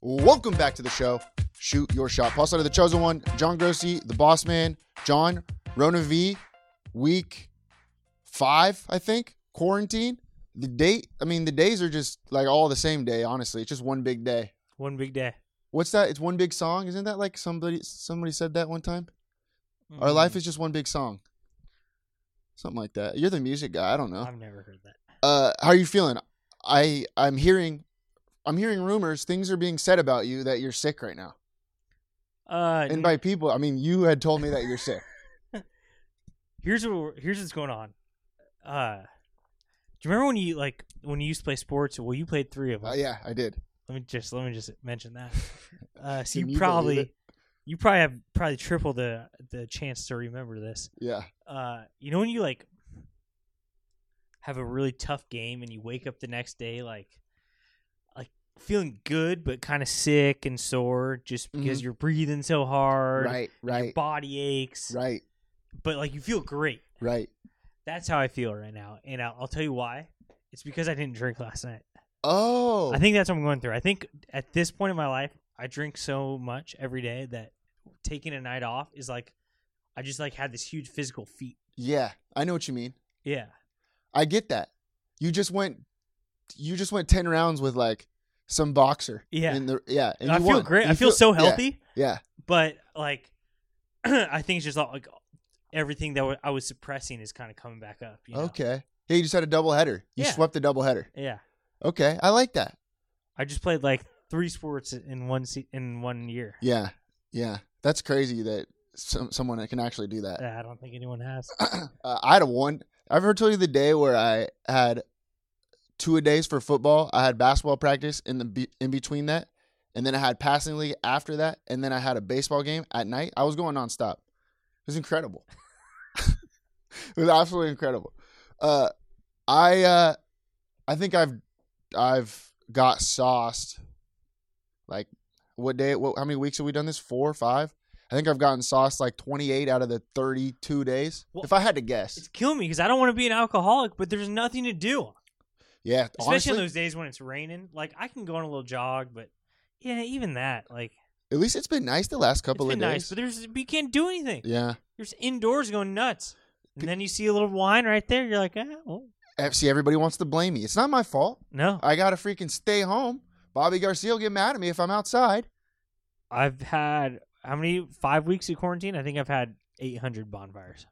Welcome back to the show, Shoot Your Shot. Paul Sutter, the chosen one, John Grossi, the boss man, John, Rona V, week five, I think, quarantine. The date, I mean, the days are just like all the same day, honestly. It's just one big day. One big day. What's that? It's one big song. Isn't that like somebody somebody said that one time? Our Mm-hmm. life is just one big song. Something like that. You're the music guy. I don't know. I've never heard that. Uh, how are you feeling? I I'm hearing, I'm hearing rumors. Things are being said about you that you're sick right now. Uh, And by people, I mean you had told me that you're sick. here's what we're- here's what's going on. Uh, do you remember when you like when you used to play sports? Well, you played three of them. Uh, yeah, I did. Let me just let me just mention that. Uh, Can so you you believe probably it? you probably have probably triple the the chance to remember this. Yeah. Uh, you know when you like have a really tough game and you wake up the next day like like feeling good but kind of sick and sore just because you're breathing so hard. Mm-hmm. Right. Right. Body aches. Right. but like you feel great. Right. That's how I feel right now, and I'll, I'll tell you why. It's because I didn't drink last night. Oh. I think that's what I'm going through. I think at this point in my life, I drink so much every day that taking a night off is like I just like had this huge physical feat. yeah. I know what you mean. Yeah, I get that. You just went, you just went ten rounds with like some boxer. Yeah. In the, yeah. And I you feel won. great. You I feel, so yeah, healthy, Yeah. but like I think it's just like everything that wa- I was suppressing is kind of coming back up. You know? Okay. Yeah. You just had a double header. You Yeah. swept the double header. Yeah, Okay, I like that. I just played like three sports in one se- in one year. Yeah, yeah, that's crazy that some, someone that can actually do that. I don't think anyone has. Uh, I had a one. I've ever told you the day where I had two a days for football. I had basketball practice in the be- in between that, and then I had passing league after that, and then I had a baseball game at night. I was going nonstop. It was incredible. it was absolutely incredible. Uh, I uh, I think I've I've got sauced. Like what day? What, how many weeks have we done this? Four, five. I think I've gotten sauced like 28 out of the 32 days. Well, if I had to It's guess, killing me because I don't want to be an alcoholic, but there's nothing to do. yeah, Especially honestly, on those days when it's raining. Like I can go on a little jog, but yeah, even that, like at least it's been nice the last couple it's of been days. nice, but there's you can't do anything. yeah, You're just indoors going nuts, and then you see a little wine right there. You're like, ah, well, Eh, see, everybody wants to blame me. It's not my fault. no. I gotta freaking stay home. Bobby Garcia will get mad at me if I'm outside. I've had how many five weeks of quarantine? I think I've had 800 bonfires.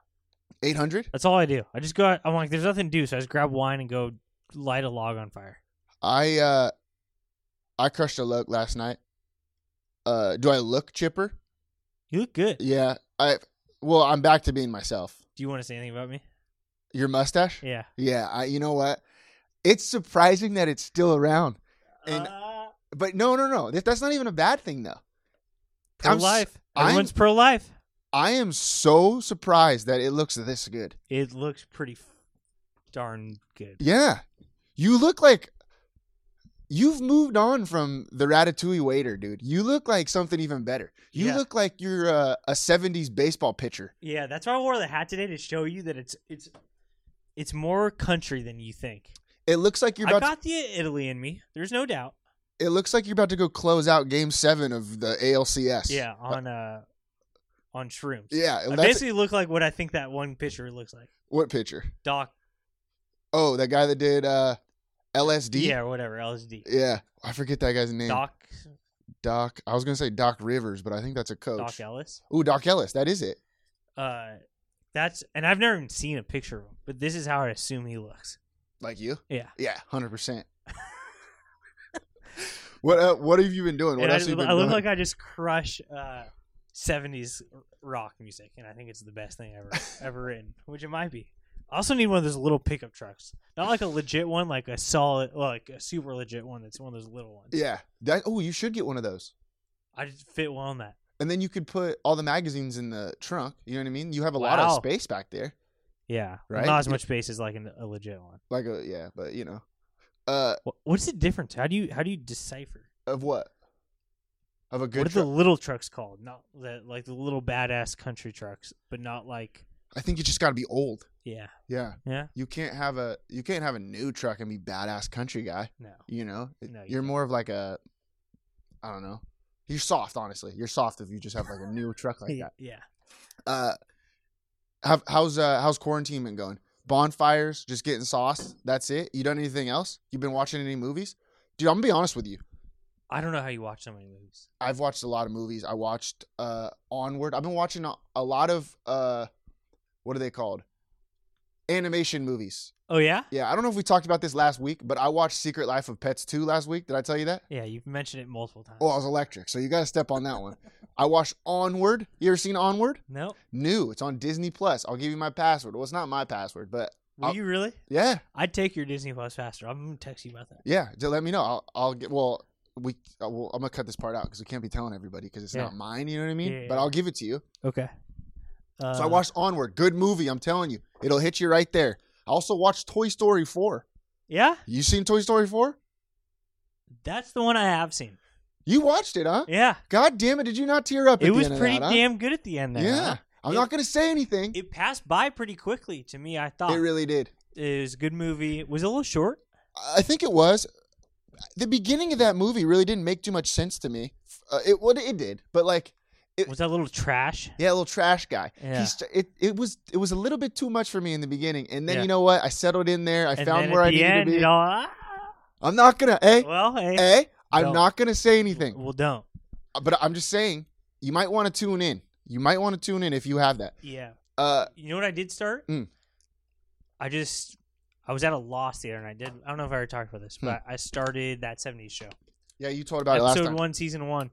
800. That's all I do. I just go. out- I'm like, there's nothing to do, so I just grab wine and go light a log on fire. I uh, I crushed a look last night. Uh, do I look chipper? You look good. Yeah, I. Well, I'm back to being myself. Do you want to say anything about me? Your mustache? Yeah. Yeah, I, you know what? It's surprising that it's still around. And Uh, but no, no, no. That- That's not even a bad thing though. pro I'm s- life. I'm- Everyone's pro life. I am so surprised that it looks this good. It looks pretty f- darn good. Yeah. You look like you've moved on from the ratatouille waiter, dude. You look like something even better. You Yeah. look like you're a, a 70s baseball pitcher. Yeah, that's why I wore the hat today to show you that it's it's it's more country than you think. It looks like you're I about got the Italy in me. There's no doubt. to, it looks like you're about to go close out game 7 of the ALCS. Yeah, on uh on shrooms. Yeah, I that's basically look like what I think that one picture looks like. what pitcher? Doc Oh, that guy that did uh LSD. Yeah, or whatever. LSD. Yeah. I forget that guy's name. Doc. Doc I was gonna say Doc Rivers, but I think that's a coach. Doc Ellis. Ooh, Doc Ellis. That is it. Uh, that's and I've never even seen a picture of him, but this is how I assume he looks. Like you? Yeah. Yeah. Hundred percent. What uh, What have you been doing? What and I, else have just- you been I look doing? like I just crush uh, 70s rock music, and I think it's the best thing ever ever written, which it might be. I also need one of those little pickup trucks, not like a legit one, like a solid, well, like a super legit one. That's one of those little ones. yeah. That. Oh, you should get one of those. I just fit well in that. And then you could put all the magazines in the trunk. You know what I mean? You have a lot of Wow. space back there. Yeah, Right? Not as Yeah. much space as like an, a legit one. Like a yeah, but you know, uh, Wha- What's the difference? How do you how do you decipher? of what? Of a good. what are truck? the little trucks called? Not the like the little badass country trucks, but not like I think you just got to be old. yeah, Yeah. yeah. You can't have a you can't have a new truck and be badass country guy. No, You know, No, you you're more of like a, I don't know. You're soft, honestly. You're soft if you just have like a new truck like yeah, that. yeah. Uh, have, how's uh how's quarantine been going? Bonfires, just getting sauce. That's it. You done anything else? You been watching any movies? Dude, I'm gonna be honest with you. I don't know how you watch so many movies. I've watched a lot of movies. I watched uh Onward. I've been watching a, a lot of uh, what are they called? Animation movies. Oh yeah, Yeah, I don't know if we talked about this last week, but I watched Secret Life of Pets 2 last week. Did I tell you that? yeah. You've mentioned it multiple times. Oh, I was electric. So you got to step on that one. I watched Onward. You ever seen Onward? no, New. It's on Disney Plus. I'll give you my password. Well, it's not my password, but Will I'll- you really? yeah, I'd take your Disney Plus faster. I'm gonna text you about that. yeah. Just let me know. I'll, I'll get. Well, we. uh, Well, I'm gonna cut this part out because we can't be telling everybody because it's Yeah. not mine. You know what I mean? Yeah, yeah, But yeah. I'll give it to you. Okay. Uh, so I watched Onward. Good movie. I'm telling you, it'll hit you right there. I also watched Toy Story 4. Yeah, You seen Toy Story 4? that's the one I have seen. You watched it, huh? Yeah, God damn it! Did you not tear up? At it the was end of pretty that, huh? damn good at the end. There, Yeah. huh? I'm It- not gonna say anything. It passed by pretty quickly to me. I thought it really did. it was a good movie. It was a little short. I think it was. The beginning of that movie really didn't make too much sense to me. Uh, it what it did, but like, It- Was that little trash? yeah, little trash guy. Yeah. He's, it it was it was a little bit too much for me in the beginning, and then Yeah. you know what? I settled in there. I and found then where at I the needed end, to be. you know, ah, I'm not gonna. Hey, well, hey, hey, I'm don't. not gonna say anything. well, don't. But I'm just saying, you might want to tune in. You might want to tune in if you have that. Yeah. Uh, You know what I did start? Mm. I just I was at a loss the other night. Did I don't know if I ever talked about this, but I started that '70s show, yeah, you talked about it Hmm. last episode time. one, season one.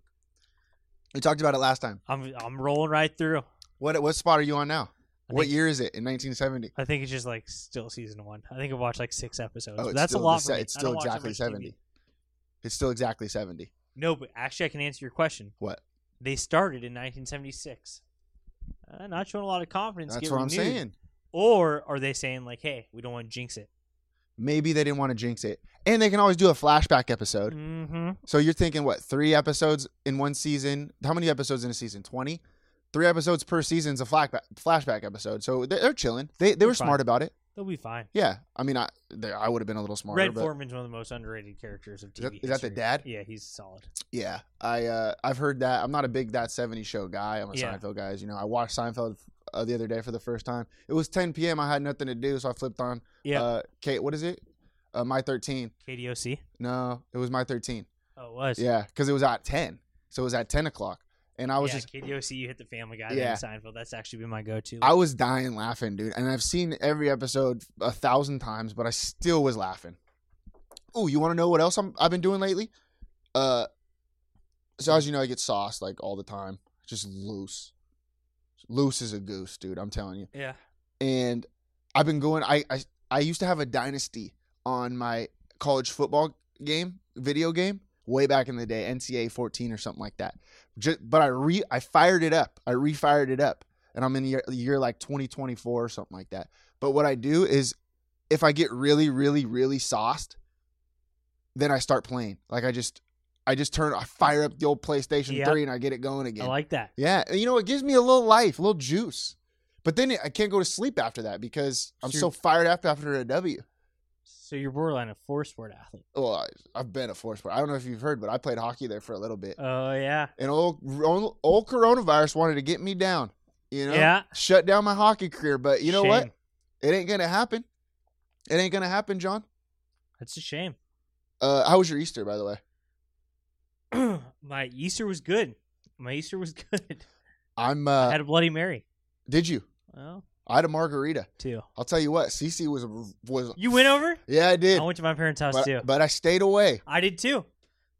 We talked about it last time. I'm I'm rolling right through. What what spot are you on now? I what think- year is it? In 1970. I think it's just like still season one. I think I've watched like six episodes. Oh, but it's that's still a the lot. se- For me. It's I still don't watch that exactly much TV. 70. It's still exactly 70. No, but actually, I can answer your question. What? They started in 1976. Uh, not showing a lot of confidence. That's get what I'm renewed. saying. Or are they saying like, "Hey, we don't want to jinx it." Maybe they didn't want to jinx it. And they can always do a flashback episode. Mm-hmm. So you're thinking, what, three episodes in one season? How many episodes in a season? 20? Three episodes per season is a flashback, flashback episode. So they're, they're chilling. They, they were They're fine. smart about it. They'll be fine. Yeah. I mean, I, they- I would have been a little smarter. Red but Foreman's one of the most underrated characters of Is TV. that- is that the history. dad? Yeah, he's solid. Yeah. I, uh, I've heard that. I'm not a big That 70 Show guy. I'm a Yeah. Seinfeld guy. as You know, I watched Seinfeld uh, the other day for the first time. It was 10 p.m. I had nothing to do. So I flipped on Yeah, Uh, Kate, what is it? Uh, my 13. KDOC. No, it was my 13. Oh, it was. Yeah, because it was at 10. So it was at 10 o'clock. And I was Yeah, just, KDOC. You hit the Family Guy. Yeah. Yeah, Seinfeld. That's actually been my go-to. I was dying laughing, dude. And I've seen every episode a thousand times, but I still was laughing. Oh, you want to know what else I'm, I've been doing lately? Uh, so as you know, I get sauce like all the time, just loose. Loose as a goose, dude. I'm telling you. yeah, and I've been going. I, I I used to have a dynasty on my college football game video game way back in the day, NCAA 14 or something like that. Just, but I re I fired it up. I refired it up, and I'm in year, year like 2024 or something like that. But what I do is, if I get really, really, really sauced, then I start playing. Like I just I just turn I fire up the old PlayStation Yep. 3 and I get it going again. I like that. Yeah, and you know, it gives me a little life, a little juice. But then I can't go to sleep after that because I'm so Sure. fired up after a W. So you're borderline a four-sport athlete. Well, I, I've been a force, but I don't know if you've heard, but I played hockey there for a little bit. Oh yeah, and old, old old coronavirus wanted to get me down, you know, yeah. shut down my hockey career. But you know Shame. what? It ain't gonna happen. It ain't gonna happen, John. That's a shame. Uh, how was your Easter, by the way? My Easter was good. My Easter was good. I'm. I Uh, had a Bloody Mary. did you? Well, I had a margarita. two. I'll tell you what. Cece was was. You went over? Yeah, I did. I went to my parents' house but, too. but I stayed away. I did too.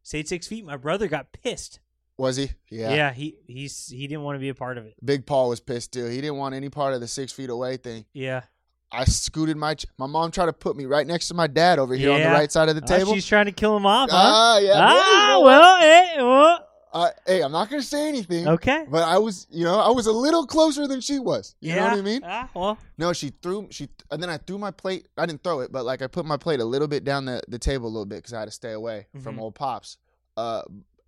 Stayed six feet. My brother got pissed. Was he? Yeah. Yeah, he he's he didn't want to be a part of it. Big Paul was pissed too. He didn't want any part of the six feet away thing. Yeah, I scooted my. Ch- my mom tried to put me right next to my dad over here on the Yeah. right side of the Ah, table. she's trying to kill him off. Huh? Ah, yeah. ah, really, well, eh, well, oh, I, hey, I'm not gonna say anything. okay. But I was, you know, I was a little closer than she was. You know Yeah. what I mean? Ah, well, No, she threw she, and then I threw my plate. I didn't throw it, but like I put my plate a little bit down the, the table a little bit because I had to stay away from Mhm. old pops. Uh,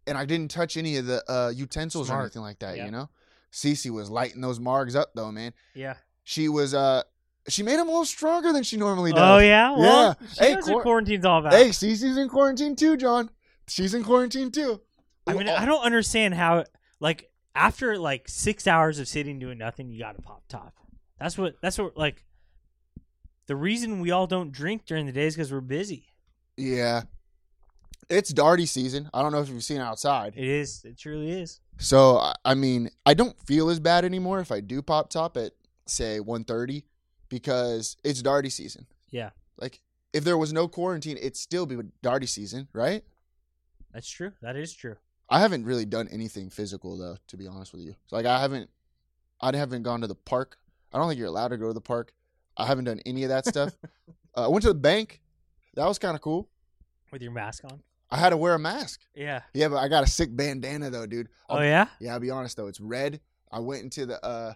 and I didn't touch any of the uh, utensils or Smart. anything like that. Yeah. You know, Cece was lighting those margs up though, man. yeah. She was uh, she made them a little stronger than she normally does. Oh yeah, well, Yeah. She Hey, knows quar- what quarantine's all about. Hey, Cece's in quarantine too, John. She's in quarantine too. I mean, Oh, I don't understand how like after like six hours of sitting doing nothing, you got to pop top. That's what. That's what like. The reason we all don't drink during the day is because we're busy. Yeah. It's Darty season. I don't know if you've seen outside. It is. It truly is. So I- I mean, I don't feel as bad anymore if I do pop top at say 1:30 because it's Darty season. Yeah. Like if there was no quarantine, it'd still be Darty season, right? That's true. That is true. I haven't really done anything physical though, to be honest with you. So, like I haven't, I haven't gone to the park. I don't think you're allowed to go to the park. I haven't done any of that stuff. uh, I went to the bank. That was kind of cool. With your mask on. I had to wear a mask. Yeah. Yeah, but I got a sick bandana though, dude. I'll oh yeah. Yeah, I'll be honest though, it's red. I went into the uh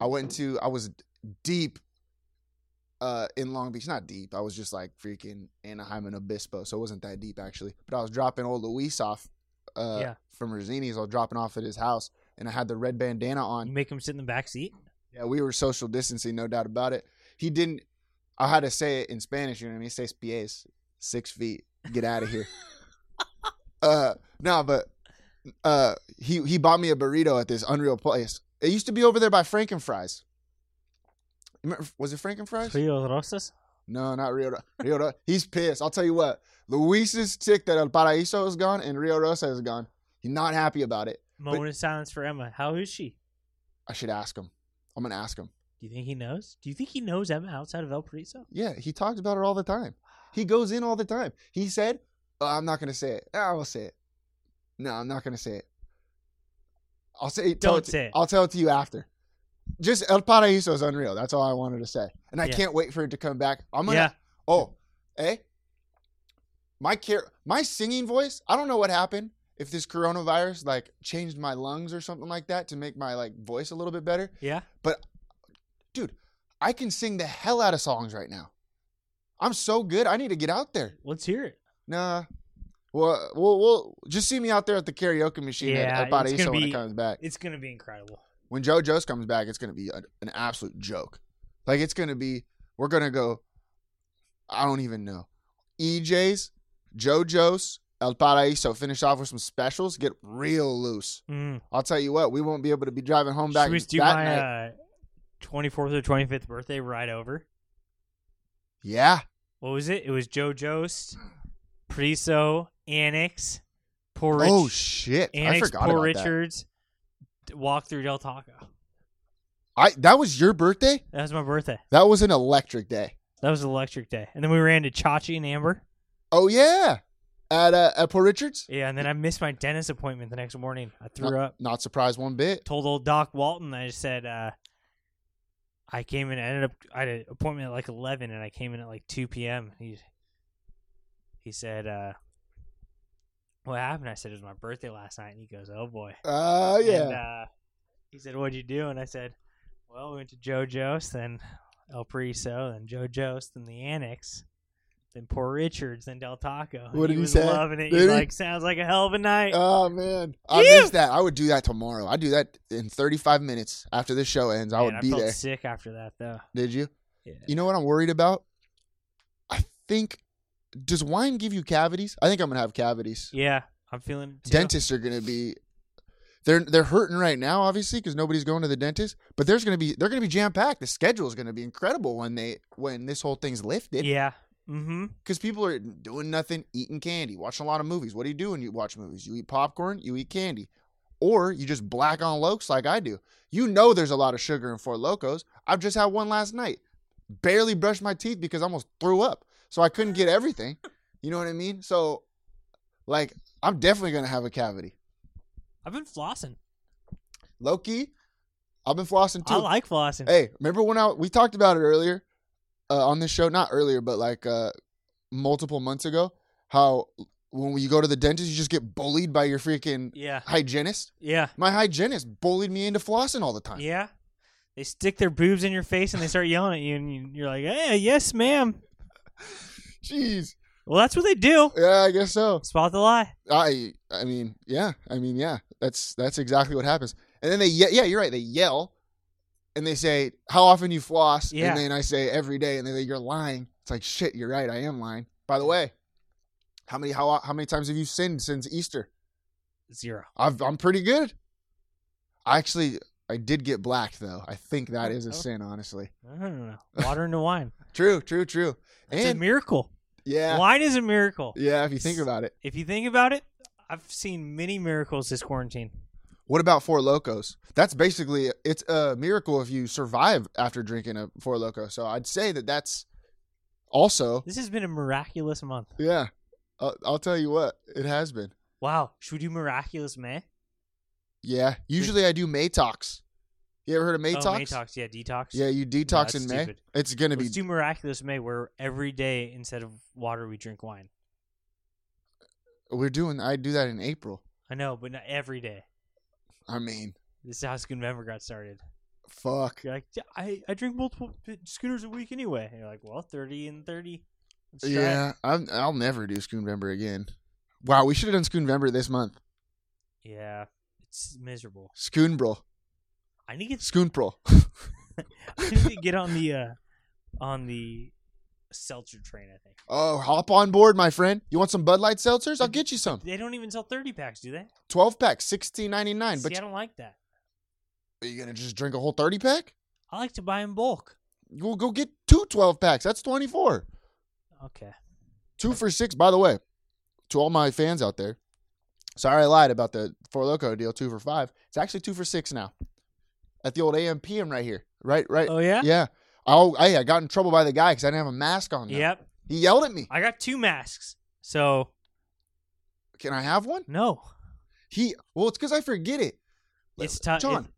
I went into I was deep uh in Long Beach. Not deep. I was just like freaking Anaheim and Obispo, so it wasn't that deep actually. But I was dropping old Luis off uh Yeah. from Rosini's. I was dropping off at his house and I had the red bandana You on. make him sit in the back seat. Yeah, we were social distancing, no doubt about it. He didn't I had to say it in Spanish, you know what I mean? Say pies, six feet. Get out of here. uh no, but uh he he bought me a burrito at this unreal place. It used to be over there by Franken Fries. Remember- Was it Franken Fries? Trio Rosas. No, not Rio. Ro- Rio. Ro- He's pissed. I'll tell you what. Luis's tick that El Paraíso is gone and Rio Rosa is gone. He's not happy about it. Moment of silence for Emma. How is she? I should ask him. I'm gonna ask him. Do you think he knows? Do you think he knows Emma outside of El Paraiso? Yeah, he talks about her all the time. He goes in all the time. He said, oh, "I'm not gonna say it. Ah, I will say it. No, I'm not gonna say it. I'll say. tell Don't to- say it. I'll tell it to you after. Just El Paraíso is unreal. That's all I wanted to say, and I Yeah. can't wait for it to come back. I'm gonna. Yeah. Oh, eh? My care, my singing voice. I don't know what happened. If this coronavirus like changed my lungs or something like that to make my like voice a little bit better, Yeah. dude, I can sing the hell out of songs right now. I'm so good. I need to get out there. Let's hear it. Nah. Well, we'll, we'll just see me out there at the karaoke machine Yeah, at, at it's Paraiso gonna when it be- comes back. It's gonna be incredible. When Joe Joe's comes back, it's going to be a, an absolute joke. Like, it's going to be, we're going to go, I don't even know. EJ's, Joe Joe's, El Paraíso, finish off with some specials, get real loose. Mm. I'll tell you what, we won't be able to be driving home back Should we that do night. my uh, twenty fourth or twenty fifth birthday ride over? yeah. What was it? It was Joe Jost, Priso, Annex, Poor Rich, oh, shit. I Annex, forgot Poor about that. Richards. d- Walk through Del Taco. I that was your birthday. That was my birthday. That was an electric day. That was an electric day. And then we ran to Chachi and Amber. Oh yeah, at uh, at Port Richards. Yeah, and then I missed my dentist appointment the next morning. I threw Not, up. not surprised one bit. Told old Doc Walton. I just said uh, I came in. I ended up. I had an appointment at like eleven, and I came in at like two p.m. He he said, uh, "What happened?" I said, "It was my birthday last night." And he goes, "Oh boy." Oh yeah. And, uh, he said, "What'd you do?" And I said, "Well, we went to JoJo's, then El Priso, then JoJo's, then the Annex, then Poor Richards, then Del Taco." And What did he he was say? loving it. Did he? He's like, "Sounds like a hell of a night." Oh man, I Phew. missed that. I would do that tomorrow. I do that in 35 minutes after this show ends. I Man, would I be felt there. sick after that though. Did you? Yeah. You know what I'm worried about? I think does wine give you cavities? I think I'm gonna have cavities. Yeah, I'm feeling it too. Dentists are gonna be. They're, they're hurting right now, obviously, because nobody's going to the dentist. But there's gonna be they're gonna be jam packed. The schedule is gonna be incredible when they when this whole thing's lifted. Yeah, Mm-hmm. because people are doing nothing, eating candy, watching a lot of movies. What do you do when you watch movies? You eat popcorn, you eat candy, or you just black on lokes like I do. You know there's a lot of sugar in Four Locos. I've just had one last night. Barely brushed my teeth because I almost threw up, so I couldn't get everything. You know what I mean? So, like, I'm definitely gonna have a cavity. I've been flossing. Loki, I've been flossing too. I like flossing. Hey, remember when I we talked about it earlier uh, on this show? Not earlier, but like uh, multiple months ago. How when you go to the dentist, you just get bullied by your freaking Yeah. hygienist. Yeah. My hygienist bullied me into flossing all the time. Yeah. They stick their boobs in your face and they start yelling at you, and you- you're like, "Hey, yes, ma'am." Jeez. Well, that's what they do. Yeah, I guess so. Spot the lie. I I mean, yeah. I mean, yeah. That's that's exactly what happens. And then they ye- yeah, you're right. They yell and they say, "How often you floss?" Yeah. And then I say, "Every day." And they say, "You're lying." It's like, "Shit, you're right. I am lying." By the way, how many how how many times have you sinned since Easter? Zero. I've, I'm pretty good. I actually I did get blacked though. I think that is a Oh. sin, honestly. I don't know. Water into wine. True, true, true. It's a And miracle. yeah, Wine is a miracle. yeah. If you think about it, If you think about it, I've seen many miracles this quarantine. What about Four Locos? That's basically it's a miracle if you survive after drinking a Four Loco. So I'd say that that's also This has been a miraculous month. yeah. I'll, I'll tell you what, it has been. Wow. Should we do miraculous May? Yeah. Usually I do Maytox. You ever heard of Maytox? Oh, Maytox. Yeah, detox. Yeah, you detox that's in May. stupid. It's gonna be Let's do miraculous May, where every day instead of water we drink wine. we're doing. I do that in April. I know, but not every day. I mean, This is how Schoonever got started. fuck. You're like, "Yeah, I, I drink multiple p- schooners a week anyway. And you're like, well, thirty and thirty. Let's try it." Yeah, I'm, I'll never do Schoonvember again. Wow, we should have done Schoonvember this month. yeah. It's miserable. Schoonbro, I need to get Schoonpro. I need to get on the uh, on the seltzer train. I think Oh, hop on board, my friend. You want some Bud Light seltzers? I'll get you some. they don't even sell thirty packs, do they? 12 pack, sixteen ninety nine. See, But I don't like that. are you gonna just drink a whole thirty pack? I like to buy in bulk. You'll go get two 12 packs. That's twenty four. Okay, Two for six. By the way, to all my fans out there, sorry I lied about the Four Loco deal. Two for five. It's actually two for six now. At the old AM PM right here. Right, right. Oh, yeah? Yeah. Oh, hey, I got in trouble by the guy because I didn't have a mask on. Though. yep. He yelled at me. I got two masks, so Can I have one? no, He. Well, it's because I forget it. it's time. John,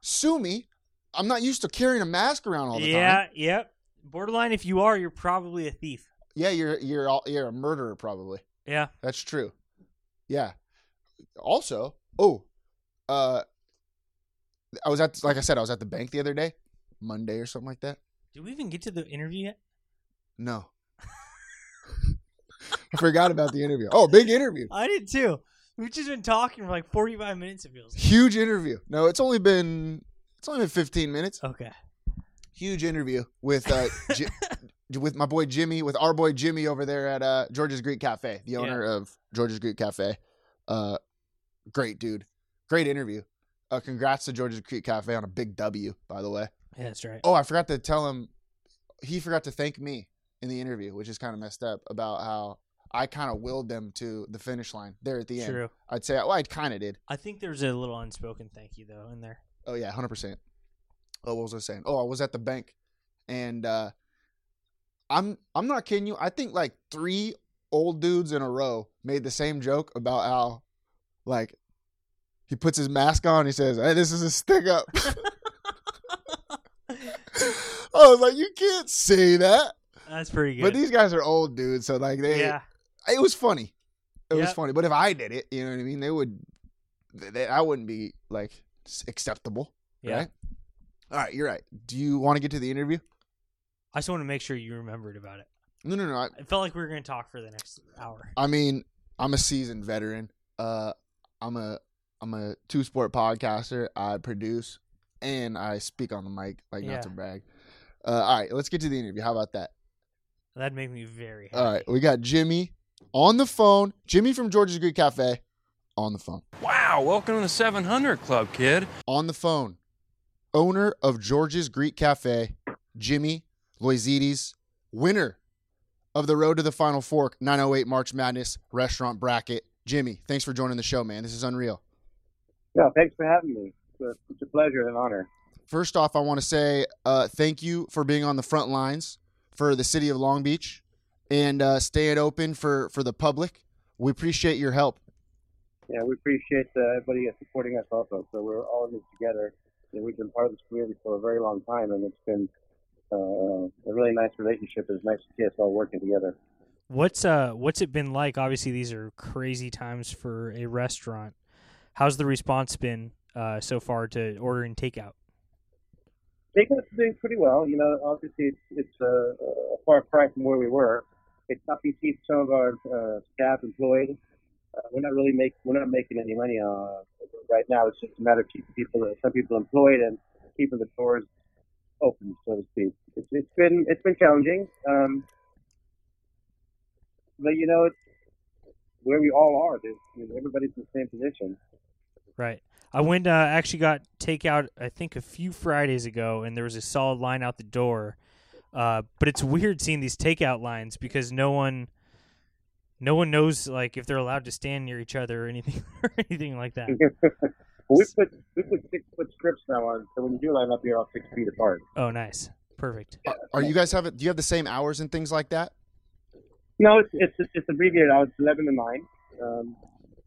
sue me. I'm not used to carrying a mask around all the time. yeah, yep. Borderline, if you are, you're probably a thief. Yeah, you're you're all, you're a murderer probably. Yeah, That's true. Yeah. Also, oh, uh, I was at like I said, I was at the bank the other day, Monday or something like that. did we even get to the interview yet? No, I forgot about the interview. Oh, big interview, I did too. We've just been talking for like forty-five minutes. It feels. huge interview. No, it's only been it's only been 15 minutes. Okay. Huge interview with uh. Ji- With my boy Jimmy, with our boy Jimmy over there at uh, George's Greek Cafe, the Yeah. owner of George's Greek Cafe, uh, great dude, great interview. Uh, congrats to George's Greek Cafe on a big W, by the way. Yeah, that's right. Oh, I forgot to tell him. He forgot to thank me in the interview, which is kind of messed up. About how I kind of willed them to the finish line there at the end. True. I'd say, well, I kind of did. I think there's a little unspoken thank you though in there. Oh yeah, hundred percent. Oh, what was I saying? Oh, I was at the bank, and uh, I'm I'm not kidding you. I think like three old dudes in a row made the same joke about how, like, he puts his mask on. He says, "Hey, this is a stick up." I was like, "You can't say that." That's pretty good. But these guys are old dudes, so like they, yeah. it was funny. It was Yeah. funny. But if I did it, you know what I mean? They would, they, they- I wouldn't be like s- acceptable. Yeah. Right? All right, you're right. Do you want to get to the interview? I just want to make sure you remembered about it. No, no, no. I, It felt like we were going to talk for the next hour. I mean, I'm a seasoned veteran. Uh, I'm a I'm a two sport podcaster. I produce and I speak on the mic, like Yeah. not to brag. Uh, all right, let's get to the interview. How about that? That'd make me very happy. All right, we got Jimmy on the phone. Jimmy from George's Greek Cafe on the phone. Wow, welcome to the 700 Club, kid. on the phone, owner of George's Greek Cafe, Jimmy Loizides, winner of the Road to the Final Fork 908 March Madness Restaurant Bracket. Jimmy, thanks for joining the show, man. This is unreal. Yeah, thanks for having me. It's a, it's a pleasure and an honor. First off, I want to say uh, thank you for being on the front lines for the city of Long Beach and uh, staying open for, for the public. We appreciate your help. Yeah, we appreciate uh, everybody that's supporting us also. So we're all in this together. And we've been part of this community for a very long time, and it's been uh, a really nice relationship. It's nice to see us all working together. What's uh what's it been like? Obviously, these are crazy times for a restaurant. How's the response been uh, so far to ordering takeout? Takeout's doing pretty well. You know, obviously it's, it's a, a far cry from where we were. It's up to keep some of our uh, staff employed. Uh, we're not really make we're not making any money uh, right now. It's just a matter of keeping people uh, some people employed and keeping the doors open, so to speak. It's, it's been it's been challenging, um, but you know it's where we all are. There's, you know, everybody's in the same position. Right. I went uh, actually got takeout. I think a few Fridays ago, and there was a solid line out the door. Uh, but it's weird seeing these takeout lines because no one, no one knows like if they're allowed to stand near each other or anything or anything like Mm-hmm. that. we put we put six foot strips now on, so when you do line up, you're all six feet apart. Oh, nice, perfect. Are you guys have it? Do you have the same hours and things like that? No, it's it's it's abbreviated out. It's eleven to nine, um,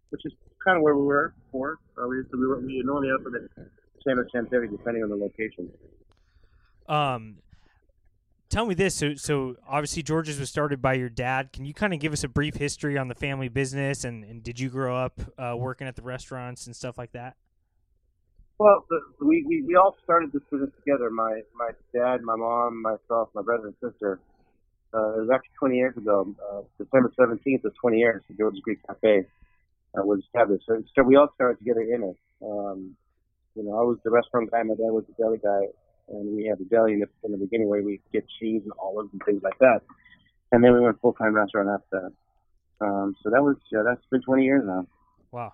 which is kind of where we were before. Uh, we, we were we were normally open at ten or ten thirty, depending on the location. Um, tell me this. So, so obviously George's was started by your dad. Can you kind of give us a brief history on the family business and, and did you grow up uh, working at the restaurants and stuff like that? Well, the, we, we we all started this business together. My my dad, my mom, myself, my brother and sister. Uh, it was actually 20 years ago. Uh, December 17th was 20 years. The George's Greek Cafe uh, was established. So, so we all started together in it. Um, you know, I was the restaurant guy. My dad was the deli guy and we had the deli in the, in the beginning where we get cheese and olives and things like that. And then we went full time restaurant after that. Um, so that was yeah, that's been 20 years now. Wow.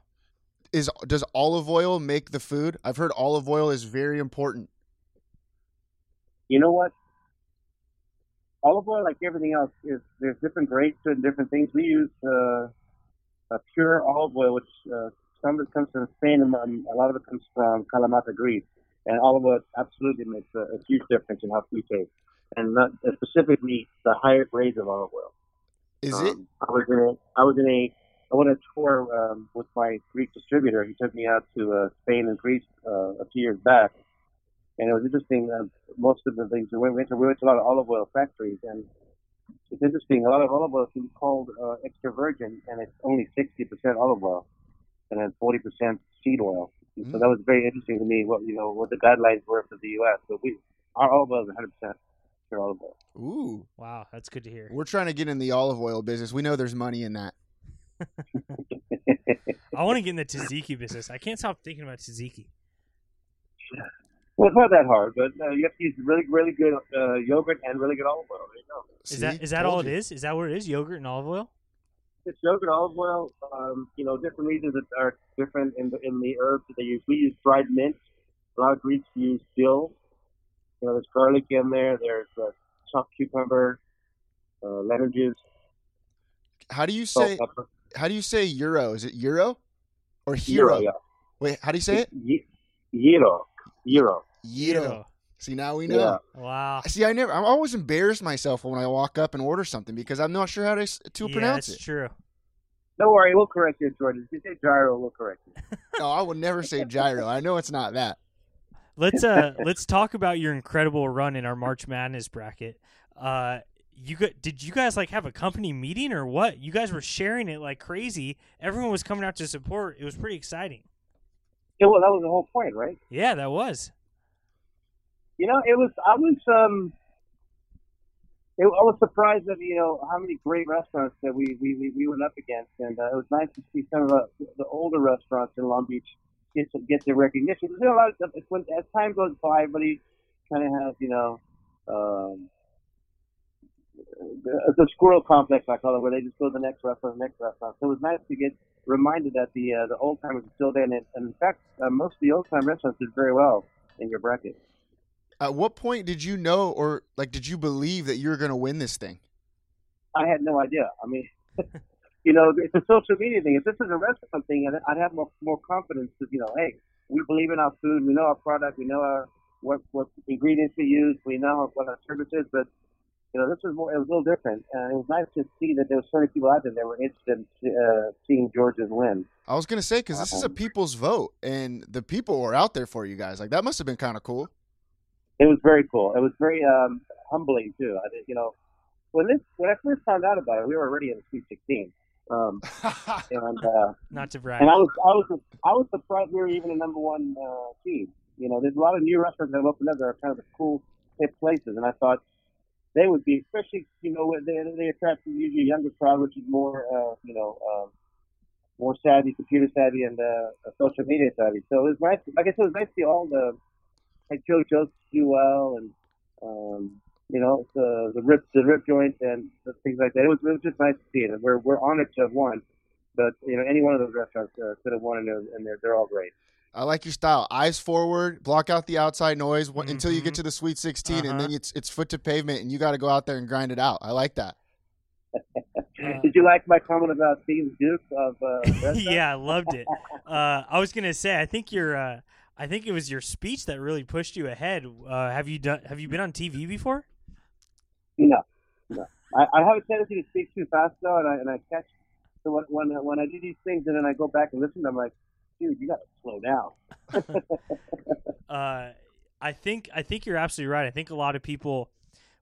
Is does olive oil make the food? I've heard olive oil is very important. You know what? Olive oil, like everything else, is there's different grades and different things. We use uh, a pure olive oil, which uh, some of it comes from Spain and um, a lot of it comes from Kalamata, Greece and all of it absolutely makes a, a, huge difference in how food tastes, and not, uh, specifically the higher grades of olive oil. Is um, it? I was in a, I was in a, I went on a tour um, with my Greek distributor. He took me out to uh, Spain and Greece uh, a few years back, and it was interesting. Uh, most of the things we went, we went to, we went to a lot of olive oil factories, and it's interesting. A lot of olive oil can be called uh, extra virgin, and it's only 60% olive oil, and then 40% seed oil. And Mm-hmm. so that was very interesting to me. What you know, what the guidelines were for the U.S. So we, our olive oil is 100 percent pure olive oil. Ooh, Wow, that's good to hear. we're trying to get in the olive oil business. We know there's money in that. I want to get in the tzatziki business. I can't stop thinking about tzatziki. Well, it's not that hard, but uh, you have to use really, really good uh, yogurt and really good olive oil. There you go. Is See? that is that Told all it you. is? Is that what it is? Yogurt and olive oil? It's yogurt, olive oil. Um, you know, different regions that are different in the in the herbs that they use. We use dried mint. A lot of Greeks use dill. You know, there's garlic in there. There's uh, chopped cucumber, uh, lemon juice, How do you salt, say? pepper. How do you say euro? Is it euro or hero? yeah. Wait, how do you say it? Ye- Gyro. Gyro. Euro. See, now we know. Yeah. Wow. See, I never. I'm always embarrassed myself when I walk up and order something because I'm not sure how to s- to yeah, pronounce that's it. true. Don't worry, we'll correct you, Jordan. If you say gyro, we'll correct you. No, I would never say gyro. I know it's not that. Let's uh let's talk about your incredible run in our March Madness bracket. Uh you got, did you guys like have a company meeting or what? You guys were sharing it like crazy. Everyone was coming out to support. It was pretty exciting. Yeah, well, that was the whole point, right? Yeah, that was. You know, it was. I was. Um, it, I was surprised at you know how many great restaurants that we we, we, we went up against, and uh, it was nice to see some of the, the older restaurants in Long Beach get some, get their recognition. There's been a lot of it's when as time goes by, everybody kind of has you know. Um, the, the squirrel complex, I call it, where they just go to the next restaurant, the next restaurant. So it was nice to get reminded that the uh, the old timers are still there, and, it, and in fact, uh, most of the old time restaurants did very well in your bracket. At what point did you know, or like, did you believe that you were going to win this thing? I had no idea. I mean, you know, it's a social media thing. If this is a restaurant thing, I'd- I'd have more, more confidence of, you know, hey, we believe in our food. We know our product. We know our what what ingredients we use. We know what our service is. But you know, this was more. It was a little different, and it was nice to see that there were so many people out there that were interested in uh, seeing George's win. I was gonna say because this is a people's vote, and the people were out there for you guys. Like that must have been kind of cool. It was very cool. It was very um, humbling too. I think you know, when this when I first found out about it, we were already in the Sweet Sixteen. Um, and uh, Not to brag. And I was, I was, I was surprised we were even a number one uh, team. You know, there's a lot of new restaurants that have opened up that are kind of the cool hip places, and I thought they would be, especially you know, when they they attract usually a younger crowd, which is more, uh, you know, um, more savvy, computer savvy, and uh, social media savvy. So it was nice. Like I said, it was nice to see all the like Joe Joseph do well, and um, you know, the the rip the rip joint and things like that. It was it was just nice to see it, and we're we're honored to have won. But you know, any one of those restaurants uh, could have won, and they're, and they're they're all great. I like your style. Eyes forward, block out the outside noise wh- until you Mm-hmm. get Mhm. to the Sweet 16, and then Uh-huh. it's it's foot to pavement, and you got to go out there and grind it out. I like that. Uh, Did you like my comment about Steve Duke of uh, restaurants? yeah, I loved it. Uh, I was gonna say, I think your, uh, I think it was your speech that really pushed you ahead. Uh, have you done? Have you been on TV before? No, no. I, I have a tendency to speak too fast though, and I and I catch. So when when, when I do these things, and then I go back and listen, I'm like, dude, you got to slow down. Uh, I think I think you're absolutely right. I think a lot of people,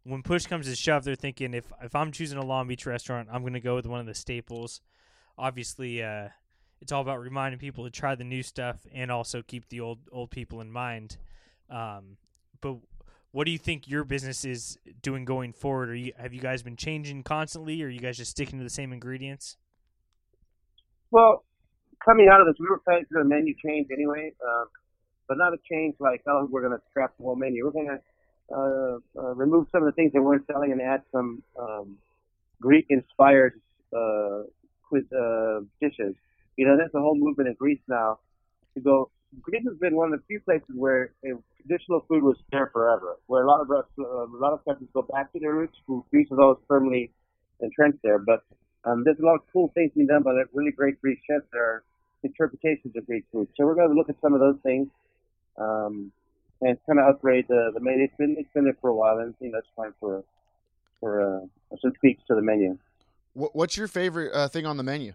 when push comes to shove, they're thinking if if I'm choosing a Long Beach restaurant, I'm gonna go with one of the staples. Obviously, uh, it's all about reminding people to try the new stuff and also keep the old old people in mind. Um, but what do you think your business is doing going forward? Are you have you guys been changing constantly, or are you guys just sticking to the same ingredients? Well, coming out of this, we were planning to do a menu change anyway, um, but not a change like, oh, we're going to scrap the whole menu. We're going to uh, uh, remove some of the things that weren't selling and add some um, Greek inspired uh, quiz, uh, dishes. You know, that's a whole movement in Greece now to go. Greece has been one of the few places where uh, traditional food was there forever, where a lot of us, uh, a lot of countries go back to their roots. Greece is always firmly entrenched there, but um, there's a lot of cool things being done by that really great Greek chefs that are interpretations of Greek food. So we're going to look at some of those things um, and kind of upgrade the, the menu. It's been, it's been there for a while, and I think that's time for for uh, some tweaks to the menu. What, what's your favorite uh, thing on the menu?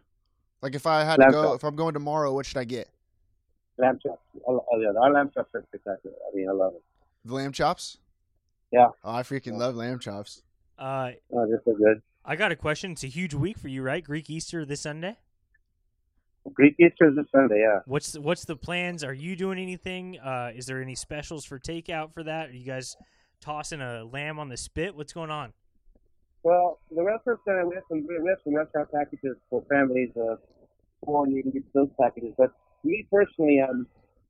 Like if I had to Lamb go, chop. if I'm going tomorrow, what should I get? Lamb chops. Oh, oh, yeah, our lamb chops are spectacular. I mean, I love it. The lamb chops. Yeah. Oh, I freaking love lamb chops. Uh, Oh, they're so good. I got a question. It's a huge week for you, right? Greek Easter this Sunday. Greek Easter is this Sunday, yeah. What's the, what's the plans? Are you doing anything? Uh, is there any specials for takeout for that? Are you guys tossing a lamb on the spit? What's going on? Well, the restaurant center we have some we have some restaurant packages for families uh, for and you can get those packages. But me personally, um,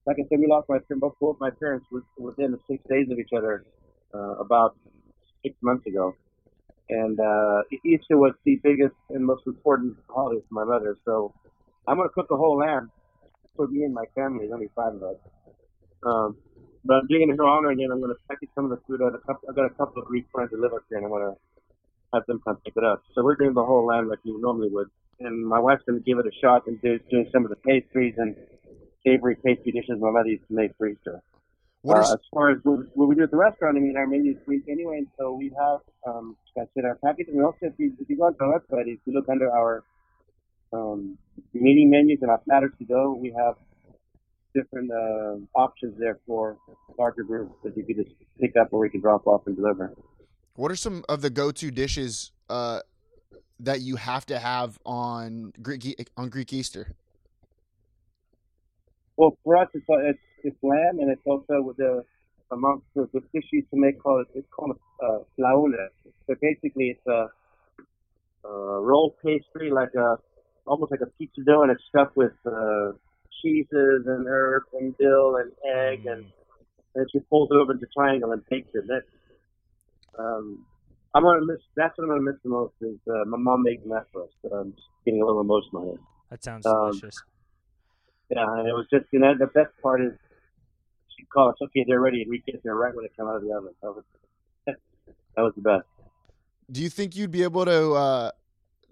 like I said, we lost my both both my parents was within six days of each other uh, about six months ago, and uh, Easter was the biggest and most important holiday for my mother. So I'm gonna cook a whole lamb for me and my family. There's only five of us. Um, but I'm doing it in her honor, and then I'm gonna package some of the food. out. A couple, I've got a couple of Greek friends that live up here, and I'm gonna have them come pick it up. So we're doing the whole lamb like you normally would. And my wife's going to give it a shot and do, doing some of the pastries and savory pastry dishes my mother used to make for Easter. What uh, are s- as far as what, what we do at the restaurant, I mean, our menu is Greek anyway, and so we have, um, like I said, our package. And we also, if you, if you go onto our website, if you look under our um, meeting menus and our platters to go, we have different uh, options there for larger groups that you could just pick up or we can drop off and deliver. what are some of the go-to dishes uh, that you have to have on Greek E- on Greek Easter? Well, for us, it's uh, it's, it's lamb, and it's also with the amongst the, the fish you can make called it's called a uh, flaola. So basically, it's a, a roll pastry, like a almost like a pizza dough, and it's stuffed with uh, cheeses and herbs and dill and egg, and and she folds it over into triangle and bakes it. That's um, I'm gonna miss. That's what I'm gonna miss the most is uh, my mom making that for us. I'm just getting a little emotional here. That sounds Um, delicious. Yeah, and it was just, you know, the best part is she called us, okay, they're ready, and we get there right when it came out of the oven. That was, that was the best. Do you think you'd be able to uh,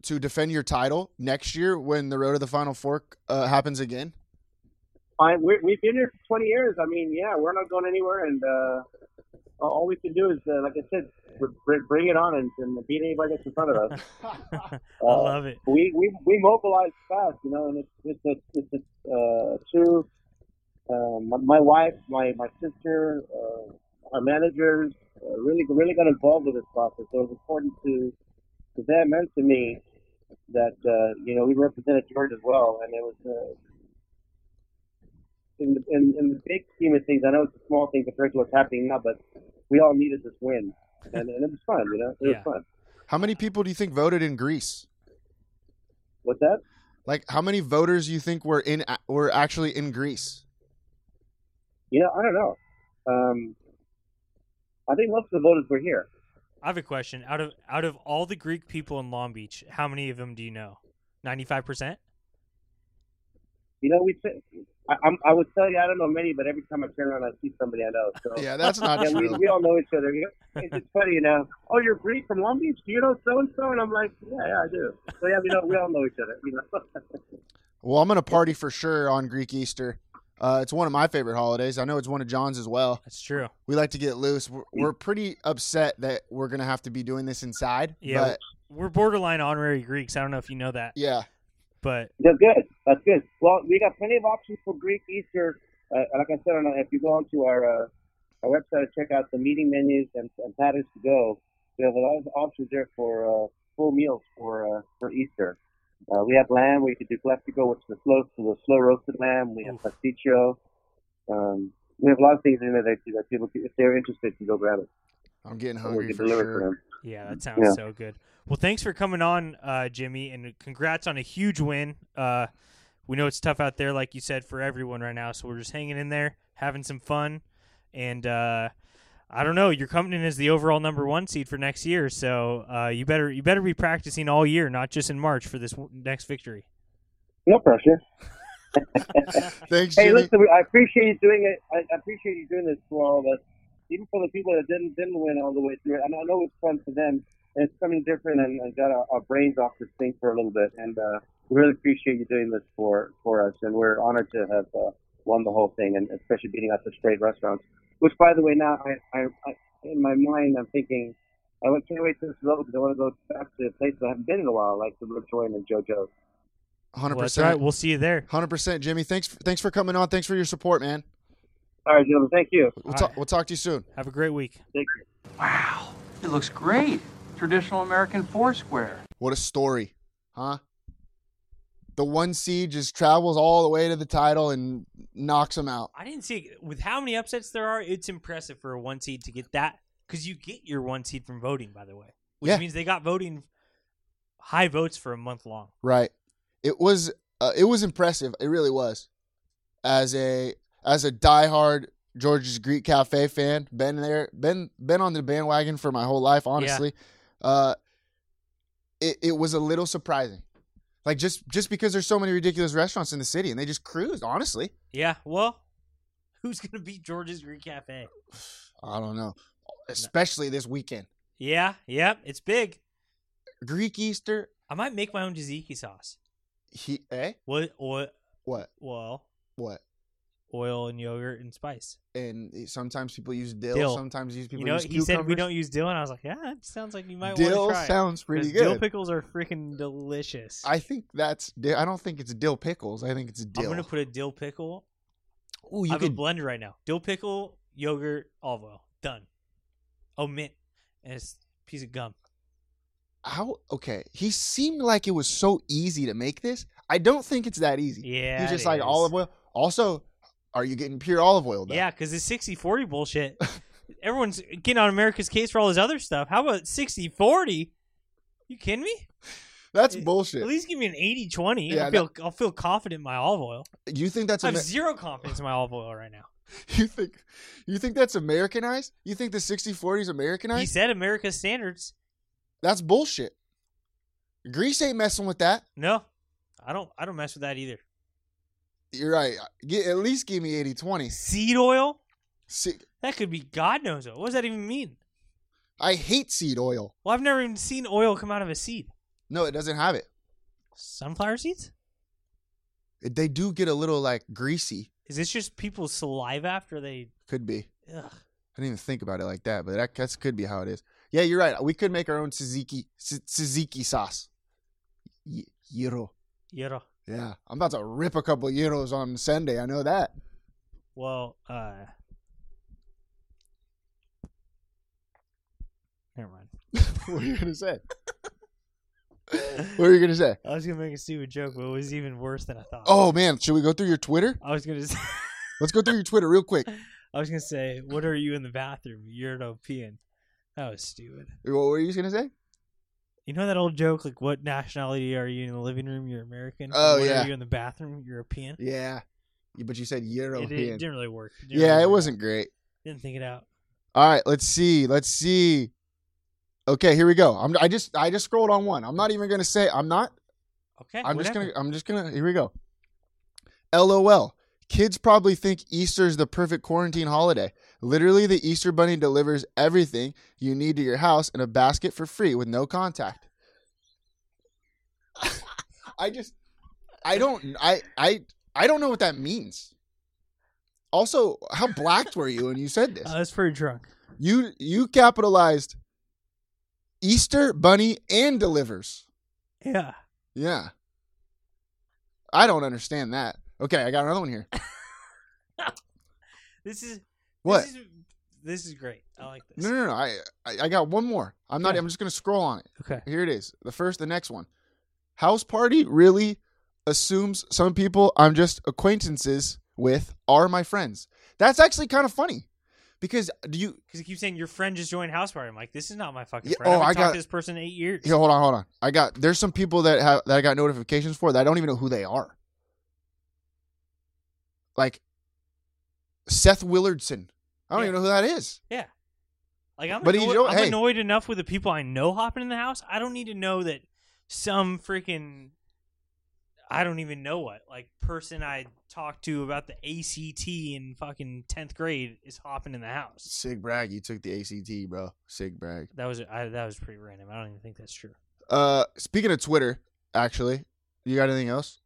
to defend your title next year when the road to the Final Four uh, happens again? I, we're, we've been here for 20 years. I mean, yeah, we're not going anywhere, and uh, all- all we can do is, uh, like I said, br- br- bring it on and, and beat anybody that's in front of us. Uh, I love it. We we we mobilized fast, you know, and it's it's it's, it's uh, two. Uh, my, my wife, my my sister, uh, our managers uh, really really got involved with this process. So it was important to to them and to me that uh, you know we represented George as well, and it was. Uh, in the, in, in the big scheme of things, I know it's a small thing compared to what's happening now, but we all needed this win, and, and it was fun, you know. It Yeah. was fun. How many people do you think voted in Greece? What's that? Like, how many voters you think were in were actually in Greece? You know, I don't know. Um, I think most of the voters were here. I have a question. Out of out of all the Greek people in Long Beach, how many of them do you know? Ninety five percent. You know, we. said- I, I'm, I would tell you I don't know many, but every time I turn around, I see somebody I know. So Yeah, that's not yeah, we, true. we all know each other. You know? It's just funny, you know. Oh, you're Greek from Long Beach. Do you know so and so? And I'm like, yeah, yeah, I do. So yeah, you know, we all know each other. You know. Well, I'm gonna party for sure on Greek Easter. Uh, it's one of my favorite holidays. I know it's one of John's as well. That's true. We like to get loose. We're, we're pretty upset that we're gonna have to be doing this inside. Yeah, but, we're borderline honorary Greeks. I don't know if you know that, yeah. but That's good. That's good. Well, we got plenty of options for Greek Easter. Uh, like I said, on, if you go onto our uh, our website and check out the meeting menus and, and patterns to go, we have a lot of options there for uh, full meals for uh, for Easter. Uh, we have lamb. We could do classico, which is the slow the slow roasted lamb. We have Oof. pasticcio. Um, we have a lot of things in there that, that people, if they're interested, can go grab it. I'm getting And we hungry can for deliver it sure. for them. yeah, that sounds Yeah. so good. Well, thanks for coming on, uh, Jimmy, and congrats on a huge win. Uh, we know it's tough out there, like you said, for everyone right now. So we're just hanging in there, having some fun, and uh, I don't know. You're coming in as the overall number one seed for next year, so uh, you better you better be practicing all year, not just in March for this w- next victory. No pressure. Thanks, Hey, Jimmy. listen, I appreciate you doing it. I I appreciate you doing this for all of us, even for the people that didn't didn't win all the way through. it. And I know it's fun for them, and it's something different, and, and got our, our brains off this thing for a little bit. And uh, we really appreciate you doing this for for us, and we're honored to have uh, won the whole thing, and especially beating out the straight restaurants. Which, by the way, now I, I, I in my mind I'm thinking. I went- can't wait till this is over because I want to go back to a place that I haven't been in a while, like the Join and JoJo's. Hundred Well, that's right. percent. We'll see you there. Hundred percent, Jimmy. Thanks. Thanks for coming on. Thanks for your support, man. All right, gentlemen, thank you. We'll, All talk. right. we'll talk to you soon. Have a great week. Thank you. Wow, it looks great. Traditional American foursquare. What a story, huh? The one seed just travels all the way to the title and knocks him out. I didn't see with how many upsets there are. It's impressive for a one seed to get that because you get your one seed from voting, by the way, which Yeah. means they got voting high votes for a month long. Right. It was uh, it was impressive. It really was. As a as a diehard George's Greek Cafe fan, been there, been been on the bandwagon for my whole life. Honestly, uh, it it was a little surprising. Like just just because there's so many ridiculous restaurants in the city and they just cruised. Honestly, Yeah, well, who's gonna beat George's Greek Cafe? I don't know. Especially this weekend, Yeah, yep, it's big. Greek Easter. I might make my own tzatziki sauce. He eh What? Oil, what well, what oil and yogurt and spice. and sometimes people use dill, Dill. sometimes use people you know, use he said we cucumbers. don't use dill, and I was like, yeah, it sounds like you might dill want to try. it. sounds pretty 'Cause good. Dill pickles are freaking delicious. I think that's. di- I don't think it's dill pickles. I think it's dill. I'm gonna put a dill pickle Ooh, I you have a could. blender right now. Dill pickle, yogurt, olive oil. Done. Oh, mint. And it's a piece of gum. How? Okay. He seemed like it was so easy to make this. I don't think it's that easy. Yeah. you it just like is. olive oil. Also, are you getting pure olive oil? Though? Yeah, because it's 60 40 bullshit. Everyone's getting on America's case for all this other stuff. How about 60 40? You kidding me? that's it- bullshit. At least give me an 80 20. Yeah, I'll, feel, I'll feel confident in my olive oil. you think that's I have Amer- zero confidence in my olive oil right now. you think you think that's Americanized? You think the 60-40 is Americanized? He said America's standards. that's bullshit. Greece ain't messing with that. No, I don't. I don't mess with that either. You're right. Get, at least give me 80-20. Seed oil? Si- That could be God knows what. What does that even mean? I hate seed oil. Well, I've never even seen oil come out of a seed. No, it doesn't have it. Sunflower seeds? It- They do get a little like greasy. Is this just people's saliva after they? Could be. Ugh. I didn't even think about it like that, but that that's, could be how it is. Yeah, you're right. We could make our own tzatziki, tz- tzatziki sauce. Y- gyro. Yoro. Yeah, I'm about to rip a couple euros on Sunday. I know that. Well, uh. Never mind. what are you gonna say? what are you gonna say? I was gonna make a stupid joke, but it was even worse than I thought. Oh man, should we go through your Twitter? I was gonna. Say, Let's go through your Twitter real quick. I was gonna say, what are you in the bathroom? You're no peeing. That was stupid. What were you gonna say? You know that old joke, like, what nationality are you in the living room? You're American. Oh, what yeah. Are you in the bathroom? European. Yeah, You- but you said euro. It, it didn't really work. Didn't Yeah, really it work. wasn't great. Didn't think it out. All right, let's see. Let's see. Okay, here we go. I'm, I just I just scrolled on one. I'm not even gonna say. I'm not. Okay. I'm just whatever. gonna. I'm just gonna. Here we go. LOL. Kids probably think Easter is the perfect quarantine holiday. Literally, the Easter Bunny delivers everything you need to your house in a basket for free with no contact. I just, I don't, I, I, I don't know what that means. Also, how blacked were you when you said this? I was Oh, pretty drunk. You you capitalized Easter Bunny and delivers. Yeah. Yeah. I don't understand that. Okay, I got another one here. This is What? This is, this is great. I like this. No, no, no. I I, I got one more. I'm not. Okay. I'm just gonna scroll on it. Okay. Here it is. The first, the next one. House party really assumes some people I'm just acquaintances with are my friends. That's actually kind of funny, because do you? Because you keep saying your friend just joined house party. I'm like, this is not my fucking Yeah, oh, friend. I I haven't talked got- to this person in eight years. Here, hold on, hold on. I got. There's some people that have that I got notifications for that I don't even know who they are. Like Seth Willardson. I don't Yeah. even know who that is. Yeah. Like I'm, But he annoyed, jo- I'm hey. annoyed enough with the people I know hopping in the house. I don't need to know that some freaking I don't even know what like person I talked to about the ACT in fucking tenth grade is hopping in the house. Sig brag, you took the ACT, bro. Sig brag. That was I, that was pretty random. I don't even think that's true. Uh, speaking of Twitter, actually, you got anything else?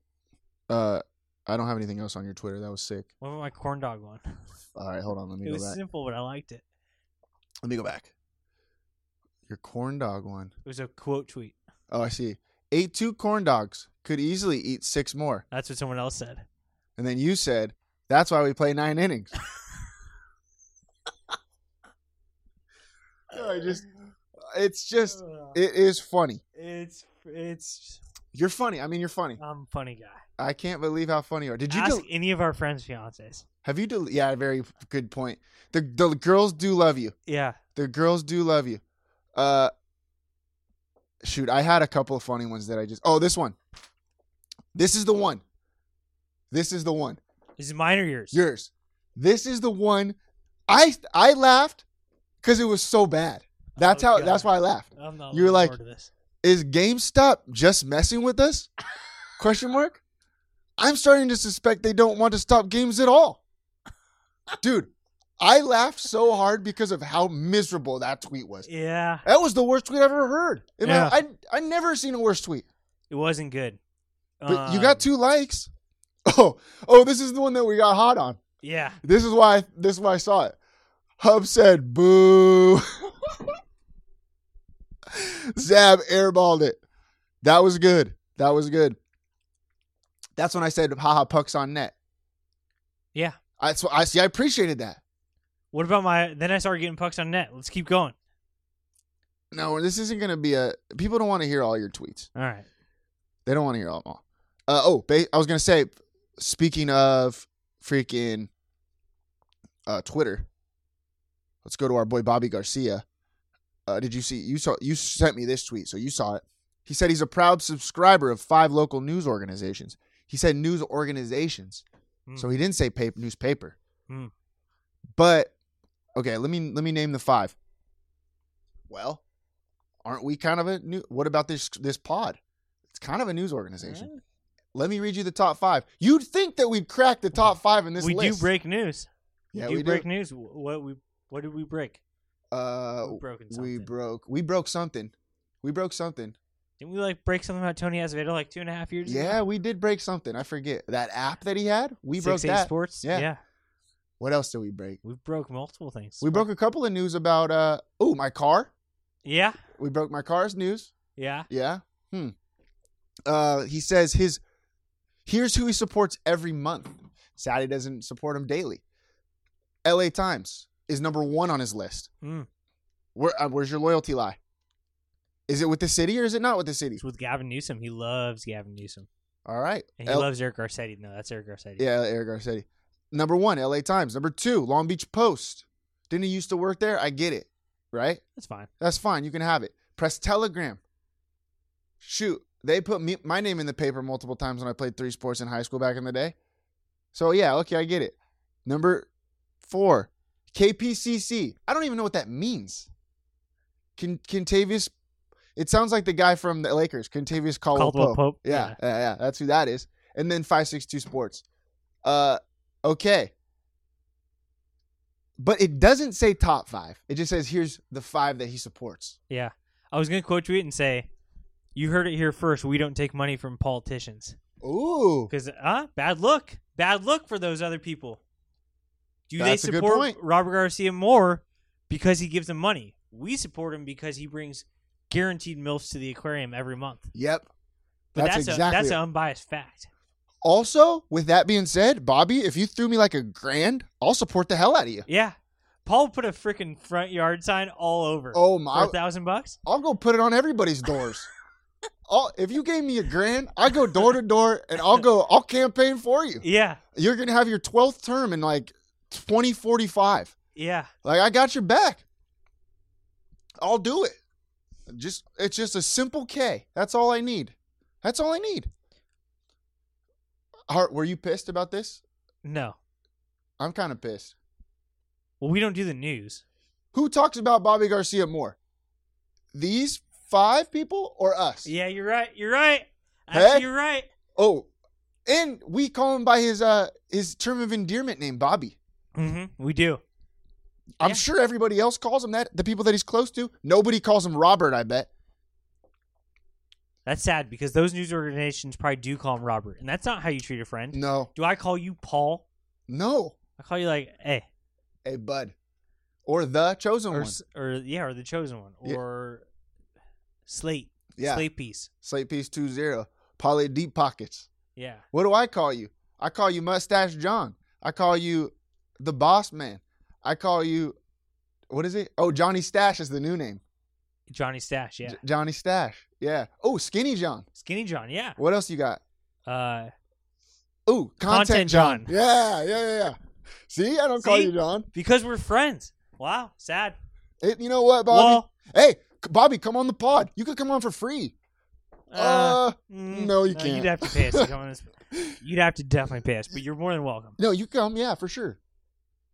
Uh, I don't have anything else on your Twitter. That was sick. What about my corn dog one? All right, hold on. Let me It go was back. simple, but I liked it. Let me go back. Your corn dog one. It was a quote tweet. Oh, I see. Ate two corn dogs. Could easily eat six more. That's what someone else said. And then you said, "That's why we play nine innings." I just, it's just, it is funny. It's it's You're funny. I mean, you're funny. I'm a funny guy. I can't believe how funny you are. Did you Ask del- any of our friends' fiancés. have you del- yeah, very good point. The the girls do love you. Yeah, The girls do love you. Uh shoot, I had a couple of funny ones that I just Oh, this one. This is the one. This is the one. this is minor years. Yours. This is the one I I laughed cuz it was so bad. That's Oh, how God. that's why I laughed. I'm not. You're looking like- forward to this. Is GameStop just messing with us? Question mark. I'm starting to suspect they don't want to stop games at all. Dude, I laughed so hard because of how miserable that tweet was. Yeah, That was the worst tweet I've ever heard. I mean, Yeah. I I never seen a worse tweet. it wasn't good. Um, But you got two likes. Oh, oh, this is the one that we got hot on. Yeah, This is why this is why I saw it. Hub said boo. Zab airballed it. That was good. That was good. That's when I said haha pucks on net. yeah. I so I see I appreciated that. What about my? Then I started getting pucks on net. Let's keep going. No, this isn't gonna be a people don't want to hear all your tweets. All right. They don't want to hear all of them all. Uh, oh, ba- I was gonna say, speaking of freaking uh, Twitter, let's go to our boy Bobby Garcia. Uh, did you see? You saw? You sent me this tweet, so you saw it. He said he's a proud subscriber of five local news organizations. He said news organizations, Mm. so he didn't say paper, newspaper. Mm. But okay, let me let me name the five. Well, aren't we kind of a new? What about this this pod? It's kind of a news organization. Let me read you the top five. You'd think that we'd crack the top five in this we list. do break news. Yeah, we do we do. break news. Wh- What we what did we break? Uh, We've broken we something. broke. We broke something. We broke something. Didn't we like break something about Tony Azevedo like two and a half years ago? Yeah, we did break something. I forget that app that he had. We broke 6A that. Sports. Yeah. Yeah. What else did we break? we broke multiple things. We broke a couple of news about. Uh, oh, my car. Yeah, We broke my car's news. yeah. Yeah. Hmm. Uh, he says his. Here's who he supports every month. Saudi doesn't support him daily. L.A. Times is number one on his list. Hmm. Where uh, where's your loyalty lie? Is it with the city or is it not with the city? It's with Gavin Newsom. He loves Gavin Newsom, All right. and he L- loves Eric Garcetti. No, that's Eric Garcetti. Yeah, Eric Garcetti. Number one, L.A. Times. Number two, Long Beach Post. Didn't he used to work there? I get it. Right. that's fine. That's fine. You can have it. Press Telegram. Shoot, they put me, my name in the paper multiple times when I played three sports in high school back in the day. So yeah, okay, I get it. Number four, KPCC. I don't even know what that means. Can Contavious? It sounds like the guy from the Lakers, Contavious Caldwell, Caldwell Pope. Pope, Yeah, yeah, yeah, that's who that is. And then five six two Sports. Uh, okay. But it doesn't say top five. It just says here's the five that he supports. Yeah, I was gonna quote tweet and say, "You heard it here first. We don't take money from politicians Ooh, because uh, bad look, bad look for those other people. Do That's a they good support point. Robert Garcia more because he gives them money? We support him because he brings guaranteed milfs to the aquarium every month. yep. But that's, that's a, exactly. that's it. an unbiased fact. also, with that being said, Bobby, if you threw me like a grand, I'll support the hell out of you. Yeah. Paul put a freaking front yard sign all over. Oh For my! a thousand bucks? I'll go put it on everybody's doors. I'll, if you gave me a grand, I go door to door and I'll go. I'll campaign for you. Yeah. You're gonna have your twelfth term in like twenty forty five. Yeah. Like I got your back. I'll do it. Just it's just a simple K. That's all I need. That's all I need. Hart, were you pissed about this? No. I'm kind of pissed. Well, we don't do the news. Who talks about Bobby Garcia more? These five people or us? Yeah, you're right. You're right. Actually, Hey. you're right. Oh, and we call him by his uh his term of endearment name, Bobby. Mm-hmm. We do. I'm Yeah. sure everybody else calls him that. The people that he's close to, nobody calls him Robert. I bet. That's sad because those news organizations probably do call him Robert, and that's not how you treat a friend. No, Do I call you Paul? no. I call you like, hey, Hey, bud, or the chosen or, one. s- or yeah, or the chosen one, Yeah. or slate, Yeah. slate piece. Slate Piece 2-0. Poly Deep Pockets. Yeah, What do I call you? I call you Mustache John. I call you the Boss Man. I call you what is it? Oh, Johnny Stash is the new name. Johnny Stash. Yeah, J- Johnny Stash. Yeah. Oh, Skinny John. Skinny John. Yeah. What else you got? Uh, Ooh, Content, Content John. John. Yeah, yeah, yeah, yeah. See, I don't call See? you John. because we're friends. Wow, sad. It, you know what, Bobby? Well, hey, c- Bobby, come on the pod. You could come on for free. Uh, uh, mm, no, you can't. You'd have to pay us to come on this. You'd have to definitely pay us, but you're more than welcome. no, you come. Yeah, for sure.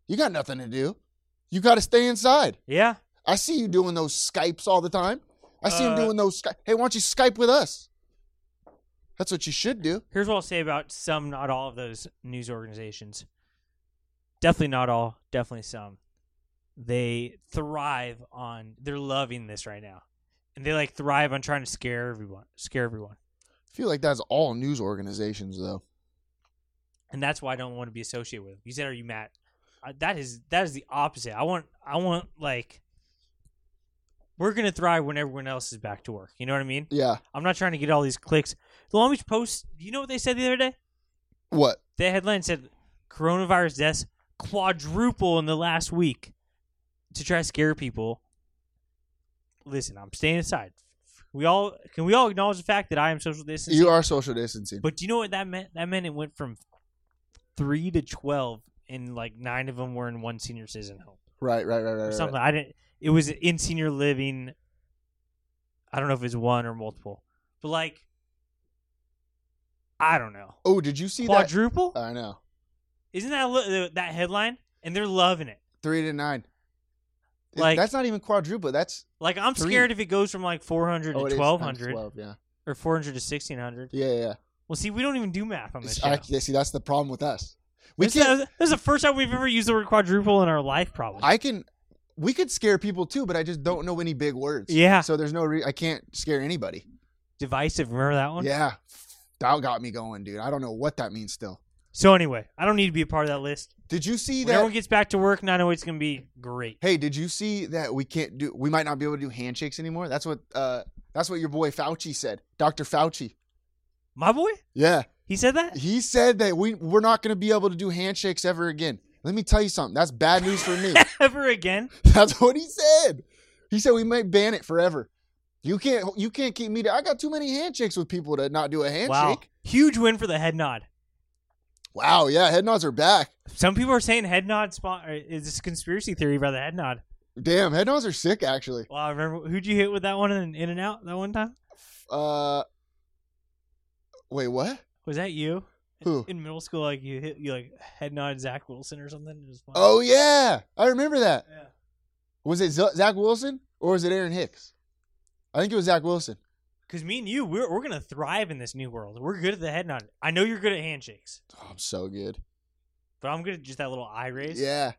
You got nothing to do. You got to stay inside. Yeah, I see you doing those Skypes all the time. I see him Uh, doing those Skype. Hey, why don't you Skype with us? That's what you should do. here's what I'll say about some, not all of those news organizations. Definitely not all, definitely some. They thrive on. They're loving this right now, and they like thrive on trying to scare everyone. Scare everyone, I feel like that's all news organizations, though. and that's why I don't want to be associated with them. You said, "Are you Matt?" Uh, that is that is the opposite. I want I want like we're gonna thrive when everyone else is back to work. You know what I mean? Yeah. I'm not trying to get all these clicks. The Long Beach Post, you know what they said the other day? What? The headline said coronavirus deaths quadruple in the last week to try to scare people. Listen, I'm staying inside. We all can we all acknowledge the fact that I am social distancing. You are social distancing. But do you know what that meant? That meant it went from three to twelve, and like nine of them were in one senior citizen home Right, right, right, right. or right. something. I didn't. It was in senior living. I don't know if it's one or multiple, but like, I don't know. Oh, did you see that? Quadruple? I know. Isn't that a li- that headline? And they're loving it. Three to nine. It- Like- that's not even quadruple. That's Like I'm Three. scared if it goes from like 400 oh, it is to times 1200 12, yeah. or 400 to 1600. Yeah, yeah. yeah. Well, see, we don't even do math on this It's- show. I, yeah, see, that's the problem with us. We this, can't. is, this is the first time we've ever used the word quadruple in our life, probably. I can. we could scare people too, but I just don't know any big words. Yeah. So there's no re- I can't scare anybody. Divisive. Remember that one? Yeah. That got me going, dude. I don't know what that means still. So anyway, I don't need to be a part of that list. Did you see When everyone that? gets back to work, 908's going to be great. Hey, did you see that we can't do we might not be able to do handshakes anymore? That's what uh that's what your boy Fauci said. Dr. Fauci. My boy? Yeah. He said that? He said that we we're not going to be able to do handshakes ever again. Let me tell you something. That's bad news for me. Ever again? That's what he said. He said we might ban it forever. You can't you can't keep me. To, I got too many handshakes with people to not do a Wow. handshake. Huge win for the head nod. Wow. yeah, head nods are back. Some people are saying head nod spot or is this a conspiracy theory by the head nod. Damn, head nods are sick actually. Wow, remember who'd you hit with that one in in and out that one time? Uh, wait, what? Was that you? Who? In middle school, like you hit you like head nod Zach Wilson or something. It was fun. Oh yeah, I remember that. Yeah. Was it Z- Zach Wilson or was it Aaron Hicks? I think it was Zach Wilson. Because me and you, we're we're gonna thrive in this new world. We're good at the head nod. I know you're good at handshakes, Oh, I'm so good. but I'm good at just that little eye raise. Yeah,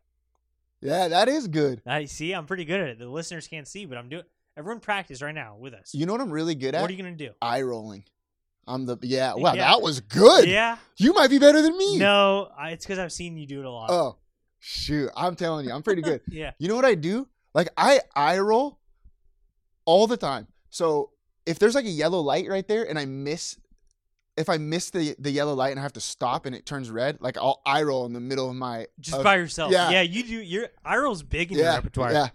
yeah, that is good. I see. I'm pretty good at it. The listeners can't see, but I'm doing. Everyone practice right now with us. You know what I'm really good at? what are you gonna do? Eye rolling. I'm the yeah. Wow, Yeah. that was good. Yeah. You might be better than me. No, I, it's because I've seen you do it a lot. Oh, shoot. I'm telling you, I'm pretty good. Yeah. You know what I do? Like I eye roll all the time. So if there's like a yellow light right there and I miss if I miss the, the yellow light and I have to stop and it turns red, like I'll eye roll in the middle of my Just of- by yourself. Oh. yeah. Yeah. you do. Your eye roll's big in your yeah, repertoire. yeah.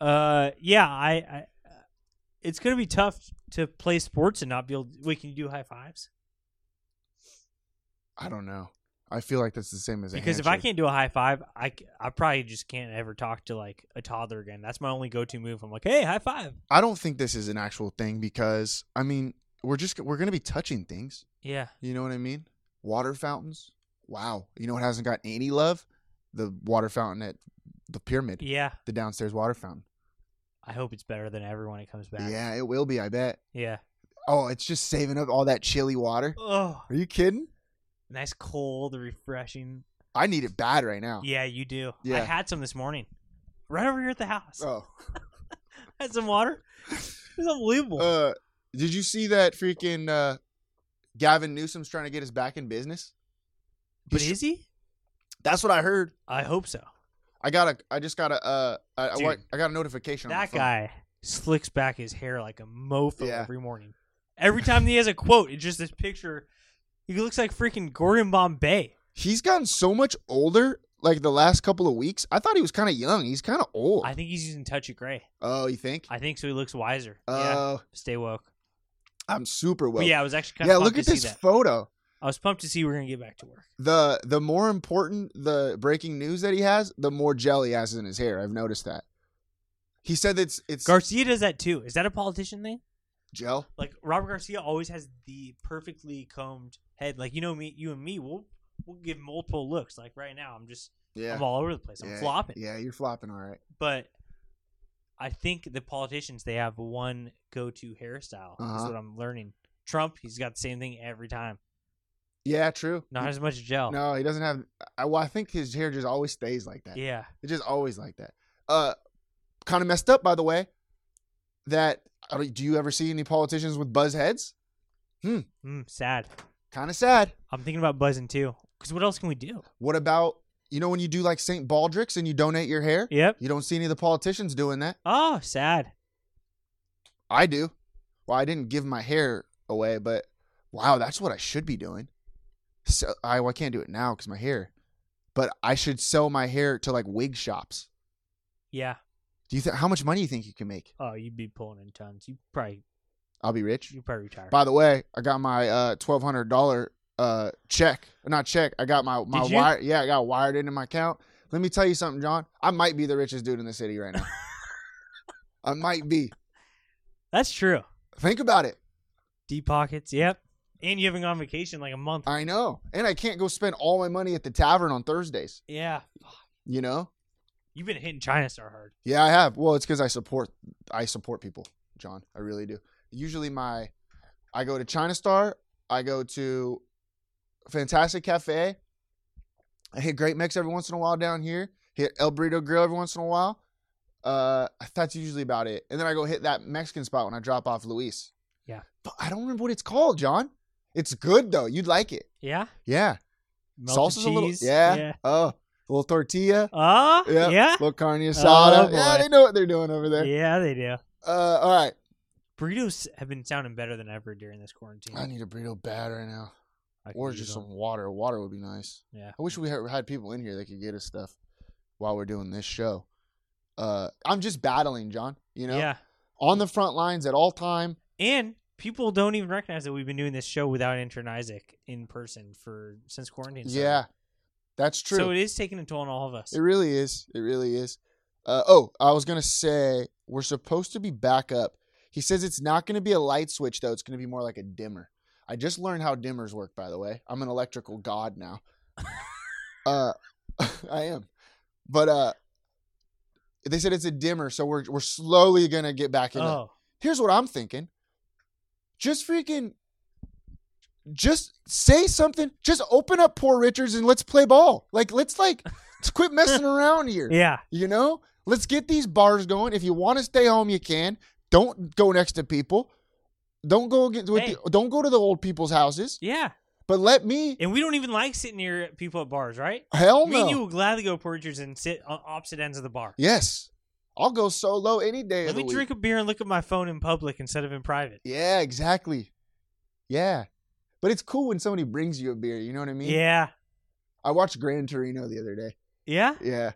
Uh, yeah, I, I. It's gonna be tough to play sports and not be able. Wait, can you do high fives? I don't know. I feel like that's the same as a Because if I handshake. can't do a high five, I, c- I probably just can't ever talk to like a toddler again. That's my only go to move. I'm like, hey, high five. I don't think this is an actual thing because I mean we're just we're gonna be touching things. Yeah, You know what I mean? Water fountains. Wow. You know what hasn't got any love? The water fountain at the pyramid. yeah. The downstairs water fountain. I hope it's better than ever when it comes back. Yeah, it will be, I bet. yeah. Oh, it's just saving up all that chilly water. Oh, Are you kidding? nice, cold, refreshing. I need it bad right now. Yeah, you do. I Oh. Yeah. had some this morning, right over here at the house. Oh. had some water. It was unbelievable. Uh did you see that freaking uh Gavin Newsom's trying to get us back in business? but he's- is he? That's what I heard. I hope so. I got a I just got a uh I, I, wa- Dude. I got a notification on my That phone. guy slicks back his hair like a mofo Yeah. every morning. Every time he has a quote, it's just this picture. He looks like freaking Gordon Bombay. He's gotten so much older like the last couple of weeks. I thought he was kind of young. He's kind of old. I think he's using touch of gray. oh, you think? I think so. He looks wiser. Oh, yeah, stay woke. I'm super But well. yeah, I was actually kind yeah, of look at to this see that. photo. I was pumped to see we're gonna get back to work. the the more important the breaking news that he has, the more gel he has in his hair. I've noticed that. He said it's it's Garcia does that too. Is that a politician thing? gel. Like Robert Garcia always has the perfectly combed head. Like you know me, you and me, we'll we'll give multiple looks. Like right now, I'm just Yeah, I'm all over the place. I'm yeah. flopping. Yeah, you're flopping. All right. but I think the politicians they have one go-to hairstyle. Is Uh-huh. what I'm learning. Trump, he's got the same thing every time. Yeah, true. Not as much gel. No, he doesn't have. I, well, I think his hair just always stays like that. Yeah. It just always like that. Uh, kind of messed up, by the way. That I don't- do you ever see any politicians with buzz heads? Mm, sad. Kind of sad. I'm thinking about buzzing too. Cause what else can we do? What about you know when you do like St. Baldrick's and you donate your hair? Yep. You don't see any of the politicians doing that. Oh, sad. I do. Well, I didn't give my hair away, but wow, that's what I should be doing. So I, well, I can't do it now because my hair, but I should sell my hair to like wig shops. Yeah. Do you think how much money do you think you can make? Oh, you'd be pulling in tons. You probably I'll be rich. you probably retire. By the way, I got my uh, twelve hundred dollar uh, check, not check. I got my my Did you? wire. Yeah, I got wired into my account. Let me tell you something, John. I might be the richest dude in the city right now. I might be. That's true. Think about it. Deep pockets. Yep. And you haven't gone on vacation like a month. I know, and I can't go spend all my money at the tavern on Thursdays. yeah. You know. You've been hitting China Star hard. Yeah, I have. Well, it's because I support I support people, John. I really do. Usually, my I go to China Star, I go to Fantastic Cafe, I hit Great Mix every once in a while down here, hit El Burrito Grill every once in a while, Uh, that's usually about it. And then I go hit that Mexican spot when I drop off Luis. Yeah. But I don't remember what it's called, John. It's good though. You'd like it. Yeah. Yeah. Melted a little. cheese. Yeah. Oh, little tortilla. Ah. Yeah. yeah. Little carne asada. Uh, boy. yeah, they know what they're doing over there. Yeah, they do. Uh, all right. Burritos have been sounding better than ever during this quarantine. I need a burrito bad right now, I could or use just them. some water. Water would be nice. Yeah. I wish we had had people in here that could get us stuff while we're doing this show. Uh, I'm just battling, John. You know, Yeah. on the front lines at all time. And people don't even recognize that we've been doing this show without Intern Isaac in person for since quarantine. started. Yeah, that's true. So it is taking a toll on all of us. It really is. It really is. Uh, oh, I was gonna say we're supposed to be back up. He says it's not gonna be a light switch though. It's gonna be more like a dimmer. I just learned how dimmers work, by the way. I'm an electrical god now. uh, I am. But uh, they said it's a dimmer, so we're we're slowly gonna get back in. the oh, Here's what I'm thinking. Just freaking. Just say something. Just open up poor Richards and let's play ball. Like let's like let's quit messing around here. yeah. You know, let's get these bars going. If you want to stay home, you can. Don't go next to people. Don't go get with Hey. the, don't go to the old people's houses. Yeah. But let me. And we don't even like sitting near people at bars, right? hell Me and no. you will gladly go to Porridge's and sit on opposite ends of the bar. yes, I'll go solo any day. Let of the me week. drink a beer and look at my phone in public instead of in private. Yeah, exactly. Yeah, but it's cool when somebody brings you a beer. You know what I mean? Yeah. I watched Gran Torino the other day. Yeah? Yeah,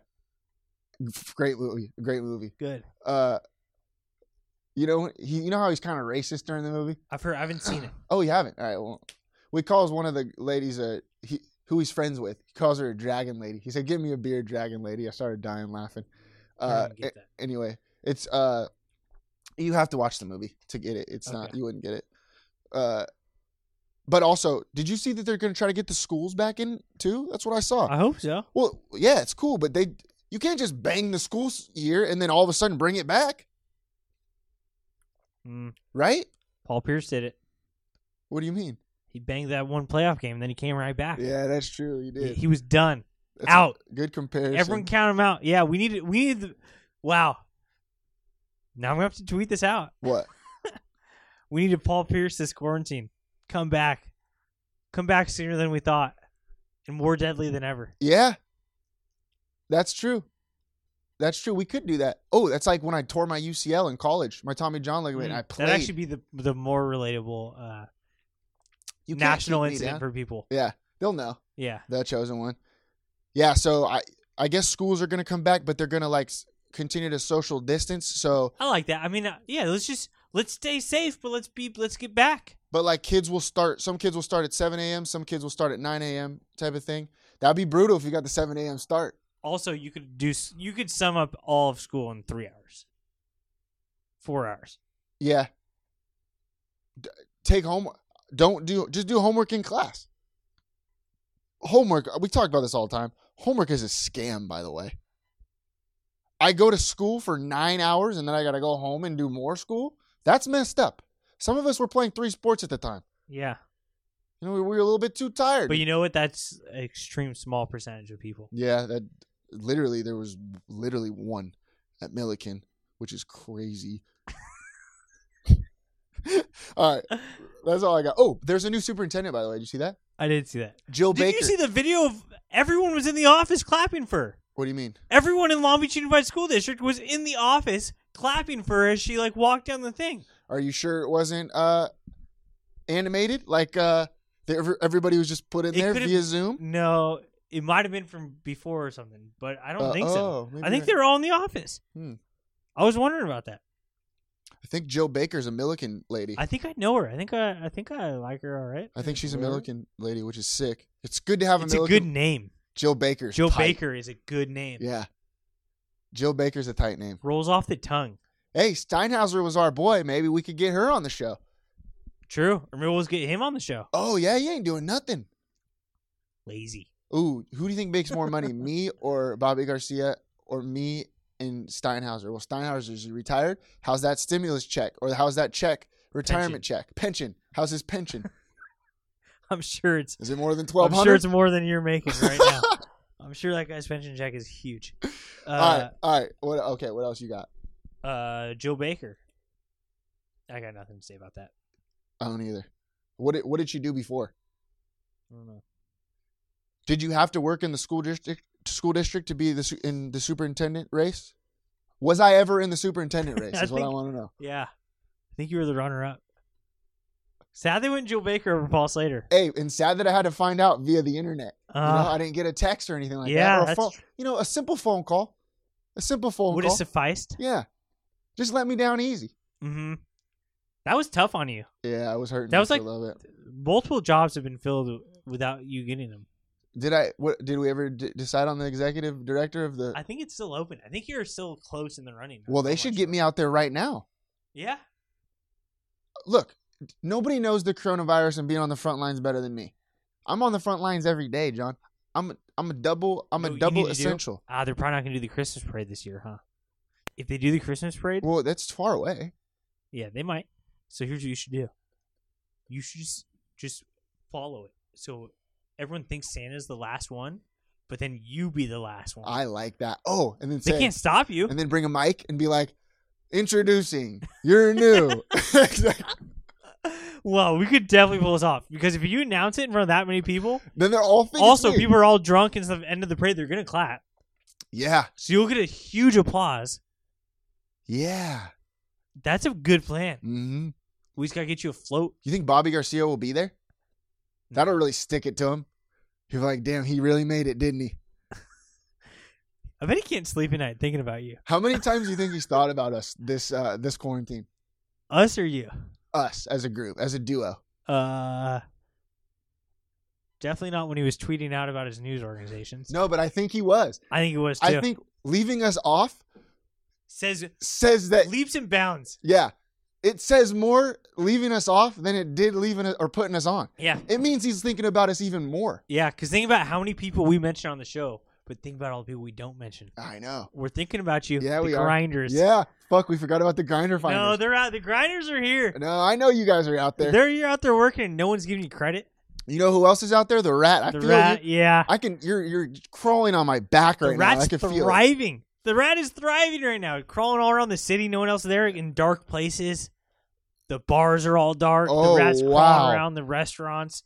F- great movie. Great movie. Good. Uh, you know he. You know how he's kind of racist during the movie. I've heard I haven't seen it. Oh, you haven't. All right. Well, we calls one of the ladies a he, who he's friends with. He calls her a dragon lady. He said, "Give me a beer, dragon lady." I started dying laughing. I Uh, didn't get that. a- anyway, it's uh, you have to watch the movie to get it. It's not Okay. you wouldn't get it. Uh, but also, did you see that they're going to try to get the schools back in too? That's what I saw. I hope so. well, yeah, it's cool, but they you can't just bang the school s- year and then all of a sudden bring it back, Mm. right? Paul Pierce did it. What do you mean? He banged that one playoff game, then he came right back. Yeah, that's true. You He, did. he was done. That's a out. good comparison. Everyone count him out. Yeah, we need we need the, wow. Now I'm gonna have to tweet this out. What? We need a Paul Pierce this quarantine. Come back. Come back sooner than we thought. And more deadly than ever. Yeah. That's true. That's true. We could do that. Oh, that's like when I tore my UCL in college, my Tommy John ligament. and I played. That'd Mm, actually be the the more relatable uh, you can't national keep me incident down. for people. Yeah, they'll know Yeah. the chosen one. Yeah, so I I guess schools are gonna come back, but they're gonna like s- continue to social distance. So, I like that. I mean, uh, yeah, let's just let's stay safe, but let's be let's get back. but like kids will start. Some kids will start at 7 a.m. Some kids will start at 9 a.m. Type of thing. That'd be brutal if you got the 7 a.m. start. Also, you could do s- you could sum up all of school in 3 hours. 4 hours. Yeah. D- take home. Don't do. Just do homework in class. Homework. We talk about this all the time. Homework is a scam, by the way. I go to school for nine hours and then I gotta go home and do more school. That's messed up. Some of us were playing three sports at the time. Yeah. You know, we were a little bit too tired. But you know what? That's an extreme small percentage of people. yeah, that literally there was literally one at Milliken, which is crazy. all right, that's all I got. Oh, there's a new superintendent, by the way. Did you see that? I did see that. Jill Did Baker. you see the video of everyone was in the office clapping for? her? what do you mean? Everyone in Long Beach Unified School District was in the office clapping for her as she like walked down the thing. Are you sure it wasn't uh animated? Like uh the, ev- everybody was just put in It there could've- via Zoom? No, it might have been from before or something, but I don't Uh, think oh, so. maybe I think I- they're all in the office. Hmm. I was wondering about that. I think Jill Baker's a Milliken lady. I, I think I know her. I think I, I think I like her. All right. think she's a Whatever. Milliken lady, which is sick. It's good to have a It's a Milliken. good name. Jill Baker's Jill tight. Baker is a good name. Yeah. Jill Baker's a tight name. Rolls off the tongue. Hey, Steinhauser was our boy. Maybe we could get her on the show. True. Or maybe we'll just get him on the show. Oh yeah, you ain't doing nothing. Lazy. Ooh, who do you think makes more money, me or Bobby Garcia, or me and Steinhauser? Well, Steinhauser's retired. How's that stimulus check, or how's that check, retirement Pension. check, pension? How's his pension? I'm sure it's Is it more than I'm twelve sure hundred? it's more than you're making right now. I'm I'm sure that guy's pension check is huge. all Uh, right, all right. What? Okay, what else you got? uh, Joe Baker. I got nothing to say about that. I don't either. What did What did you do before? I don't know. Did you have to work in the school district school district to be the su- in the superintendent race? Was I ever in the superintendent race? Is I what I think- want to know. Yeah, I think you were the runner-up. Sad they went Joe Baker over Paul Slater. Hey, and sad that I had to find out via the internet. you know, Uh, I didn't get a text or anything like yeah, that. Or a that's phone, tr- you know, a simple phone call, a simple phone would have call. sufficed. yeah, just let me down easy. Mm-hmm. That was tough on you. Yeah, I was hurting. That was for like- a little bit. Multiple jobs have been filled without you getting them. Did I? What did we ever d- decide on the executive director of the? I think it's still open. I think you're still close in the running. well, they should get me out there right now. Yeah, Look, nobody knows the coronavirus and being on the front lines better than me. I'm on the front lines every day, John. I'm a, I'm a double. I'm You know a what you double need to do? essential. Ah, they're probably not going to do the Christmas parade this year, huh? If they do the Christmas parade, Well, that's far away. yeah, they might. So here's what you should do. You should just just follow it. So everyone thinks Santa's the last one, but then you be the last one. I like that. Oh, and then they say, can't stop you. and then bring a mic and be like, introducing, you're new. Exactly. well, we could definitely pull this off because if you announce it in front of that many people, Then they're all thinking. also people are all drunk and it's the end of the parade, they're gonna clap. Yeah, So you'll get a huge applause. yeah. That's a good plan. hmm We just gotta get you a float. You think Bobby Garcia will be Mm. there? That'll really stick it to him. He's like, damn, he really made it, didn't he? I bet he can't sleep at night thinking about you. How many times do you think he's thought about us this uh, this quarantine? Us or you? Us as a group, as a duo. Uh, definitely not when he was tweeting out about his news organizations. No, but I think he was. I think it was too. I think leaving us off says says that leaps and bounds. yeah, it says more leaving us off than it did leaving us, or putting us on. Yeah, It means he's thinking about us even more. yeah. Because think about how many people we mention on the show, but think about all the people we don't mention. I know. We're thinking about you. Uh, Yeah, the we grinders. are. Yeah, fuck, we forgot about the grinder No, finders. they're out. The grinders are here. no, I know you guys are out there. They're you're out there working, and no one's giving you credit. You know who else is out there? The rat. I The feel you. rat, yeah. I can. You're you're crawling on my back The right now. rat's I can feel it. thriving. The rat is thriving right now, crawling all around the city. No one else there in dark places. The bars are all dark. Oh, the rat's wow. crawling around the restaurants.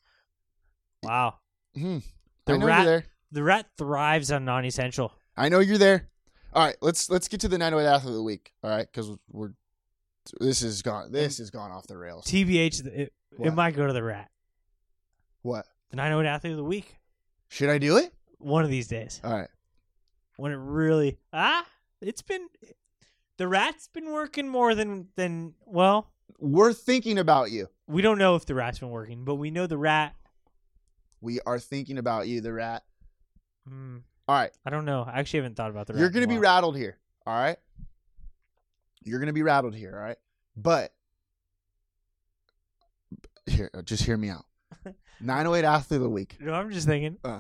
Wow. Hmm. The I know rat- you're there. The rat thrives on non-essential. I know you're there. All right, let's let's get to the 908 athlete of the week. All right, because we're this is gone. This has gone off the rails. TBH, th- it, it What? might go to the rat. What The 908 athlete of the week. should I do it? One of these days. All right. When it really ah, it's been the rat's been working more than than well, We're thinking about you. we don't know if the rat's been working, but we know the rat. We are thinking about you, the rat. Hmm, All right, I don't know. I actually haven't thought about the rat. you're in a gonna be while. rattled here. All right, you're gonna be rattled here. All right, but here, uh, just hear me out. 908 athlete of the week. You know, I'm just thinking. Uh.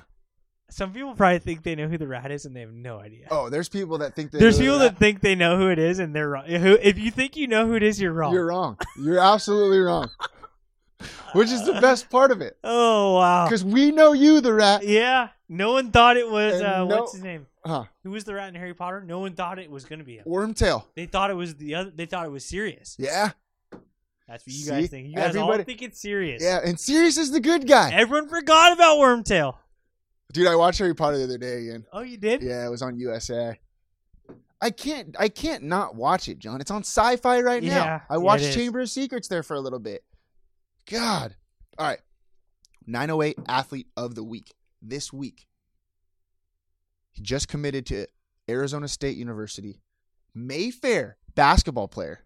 Some people probably think they know who the rat is and they have no idea. Oh, there's people that think that There's they're people the rat. that think they know who it is and they're wrong. Who- If you think you know who it is, you're wrong. You're wrong. You're absolutely wrong. Which is the best part of it. Oh wow. Because we know you, the rat. Yeah. No one thought it was And uh, no- what's his name? Huh. Who was the rat in Harry Potter? No one thought it was gonna be him. Wormtail. They thought it was the other. They thought it was serious. Yeah. That's what you See? guys think. You guys all Everybody- think it's serious. Yeah. And Sirius is the good guy. Everyone forgot about Wormtail. Dude, I watched Harry Potter the other day again. Oh, you did? Yeah, it was on USA. I can't I can't not watch it, John. It's on sci fi right now. Yeah, I it watched is. Chamber of Secrets there for a little bit. God. All right. 908 athlete of the week. This week. He just committed to Arizona State University. Mayfair basketball player,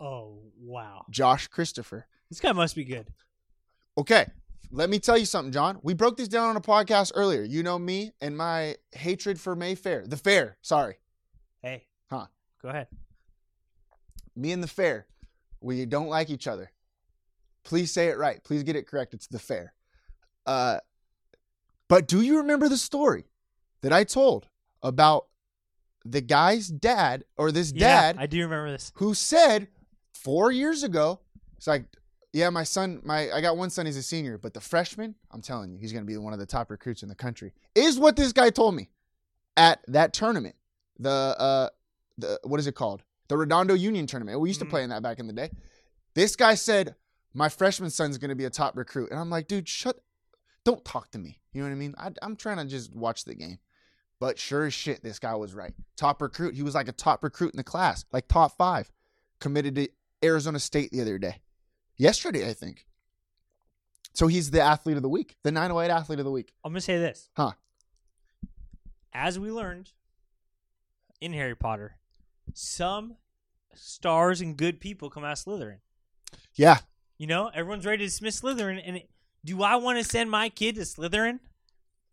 Oh wow. Josh Christopher. This guy must be good. Okay. Let me tell you something, John. We broke this down on a podcast earlier. You know me and my hatred for Mayfair. The fair, sorry. Hey. Huh. Go ahead. me and the fair, we don't like each other. Please say it right. Please get it correct. It's the fair. Uh, but do you remember the story that I told about the guy's dad or this Yeah, dad I do remember this. who said four years ago, it's like, Yeah, my son, my I got one son, he's a senior, but the freshman, I'm telling you, he's going to be one of the top recruits in the country. Is what this guy told me at that tournament. The uh the what is it called? The Redondo Union tournament. We used to play in that back in the day. This guy said my freshman son's going to be a top recruit. And I'm like, "Dude, shut don't talk to me." You know what I mean? I, I'm trying to just watch the game. But sure as shit, this guy was right. Top recruit. He was like a top recruit in the class, like top five. Committed to Arizona State the other day. Yesterday, I think. So he's the athlete of the week, the 908 athlete of the week. I'm gonna say this. Huh. As we learned in Harry Potter, some stars and good people come out of Slytherin. Yeah. You know, everyone's ready to dismiss Slytherin, and it, do I want to send my kid to Slytherin?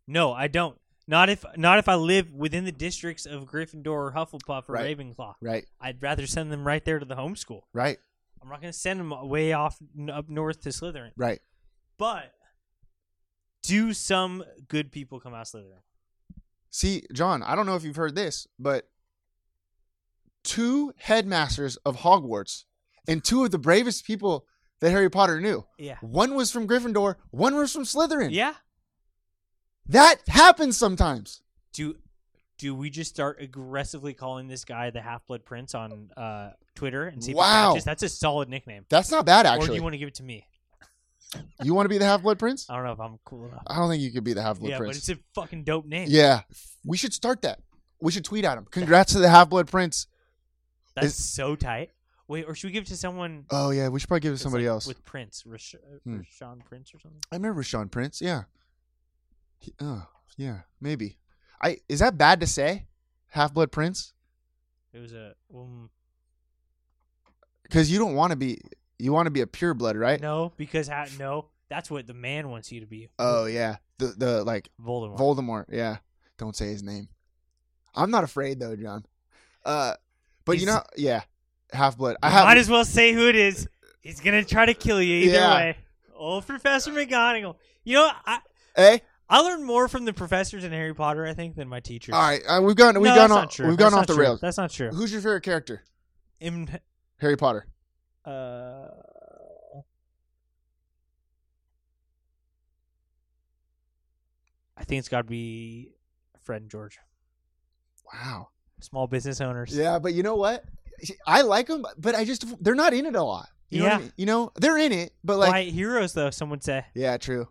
No, I don't. Not if not if I live within the districts of Gryffindor or Hufflepuff or Right. Ravenclaw. Right. I'd rather send them right there to the homeschool. Right. I'm not going to send them way off n- up north to Slytherin. Right. But do some good people come out of Slytherin? See, John, I don't know if you've heard this, but two headmasters of Hogwarts and two of the bravest people that Harry Potter knew. Yeah. One was from Gryffindor, one was from Slytherin. Yeah. That happens sometimes. Do do we just start aggressively calling this guy the Half Blood Prince on uh, Twitter and see? if it Wow. matches? that's a solid nickname. That's not bad, Or do actually. you want to give it to me? you want to be the Half Blood Prince? I don't know if I'm cool enough. I don't think you could be the Half Blood yeah, but Prince. it's a fucking dope name. Uh, yeah. We should start that. We should tweet at him. Congrats to the Half Blood Prince. that's it's- so tight. Wait, or should we give it to someone? Oh, yeah. We should probably give it to that's somebody like else. with Prince, Rash- uh, Hmm. Rashawn Prince or something. I remember Sean Prince. Yeah. He, oh, yeah. Maybe. I Is that bad to say? Half Blood Prince? It was a um, Because you don't want to be. You want to be a pureblood, right? no because ha- no, that's what the man wants you to be. Oh yeah, the the like Voldemort. Voldemort. Yeah, don't say his name. I'm not afraid though, John. Uh, but you He's- know, yeah, half blood. I Might have. as well say who it is. He's gonna try to kill you either Yeah. way. Old Professor McGonagall. You know, I eh? I learned more from the professors in Harry Potter, I think, than my teachers. All right, uh, we've gone. No, We've that's gone not off. true. We've That's gone off not the true. rails. That's not true. Who's your favorite character? In- Harry Potter. uh, I think it's got to be Fred and George, Wow. small business owners. Yeah, but you know what? I like them, but I just they're not in it a lot. You know what I Yeah. mean? You know they're in it, but like Quiet heroes, though. Someone say yeah, true.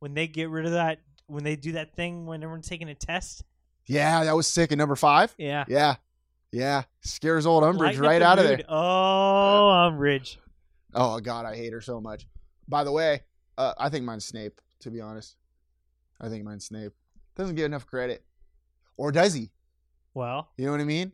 when they get rid of that, when they do that thing when everyone's taking a test. Yeah, that was sick. At number five. Yeah. Yeah, yeah, scares old Umbridge Lighten up right the out of mood. there. Oh, I'm rich. Oh God, I hate her so much. By the way, uh, I think mine's Snape. To be honest, I think mine's Snape. Doesn't get enough credit, or does he? Well, You know what I mean?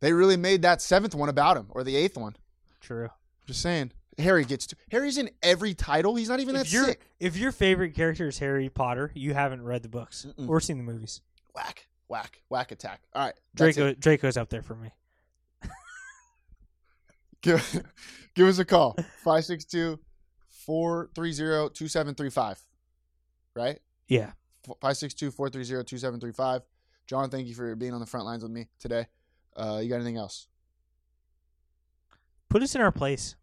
They really made that seventh one about him, or the eighth one. true. Just saying, Harry gets. To, Harry's in every title. He's not even that If your sick. if your favorite character is Harry Potter, you haven't read the books Mm-mm. or seen the movies. Whack, whack, whack attack. All right, that's Draco Draco's up there for me. Give, give us a call 562 430 2735. Right? Yeah. 562 430 2735. John, thank you for being on the front lines with me today. Uh, you got anything else? Put us in our place.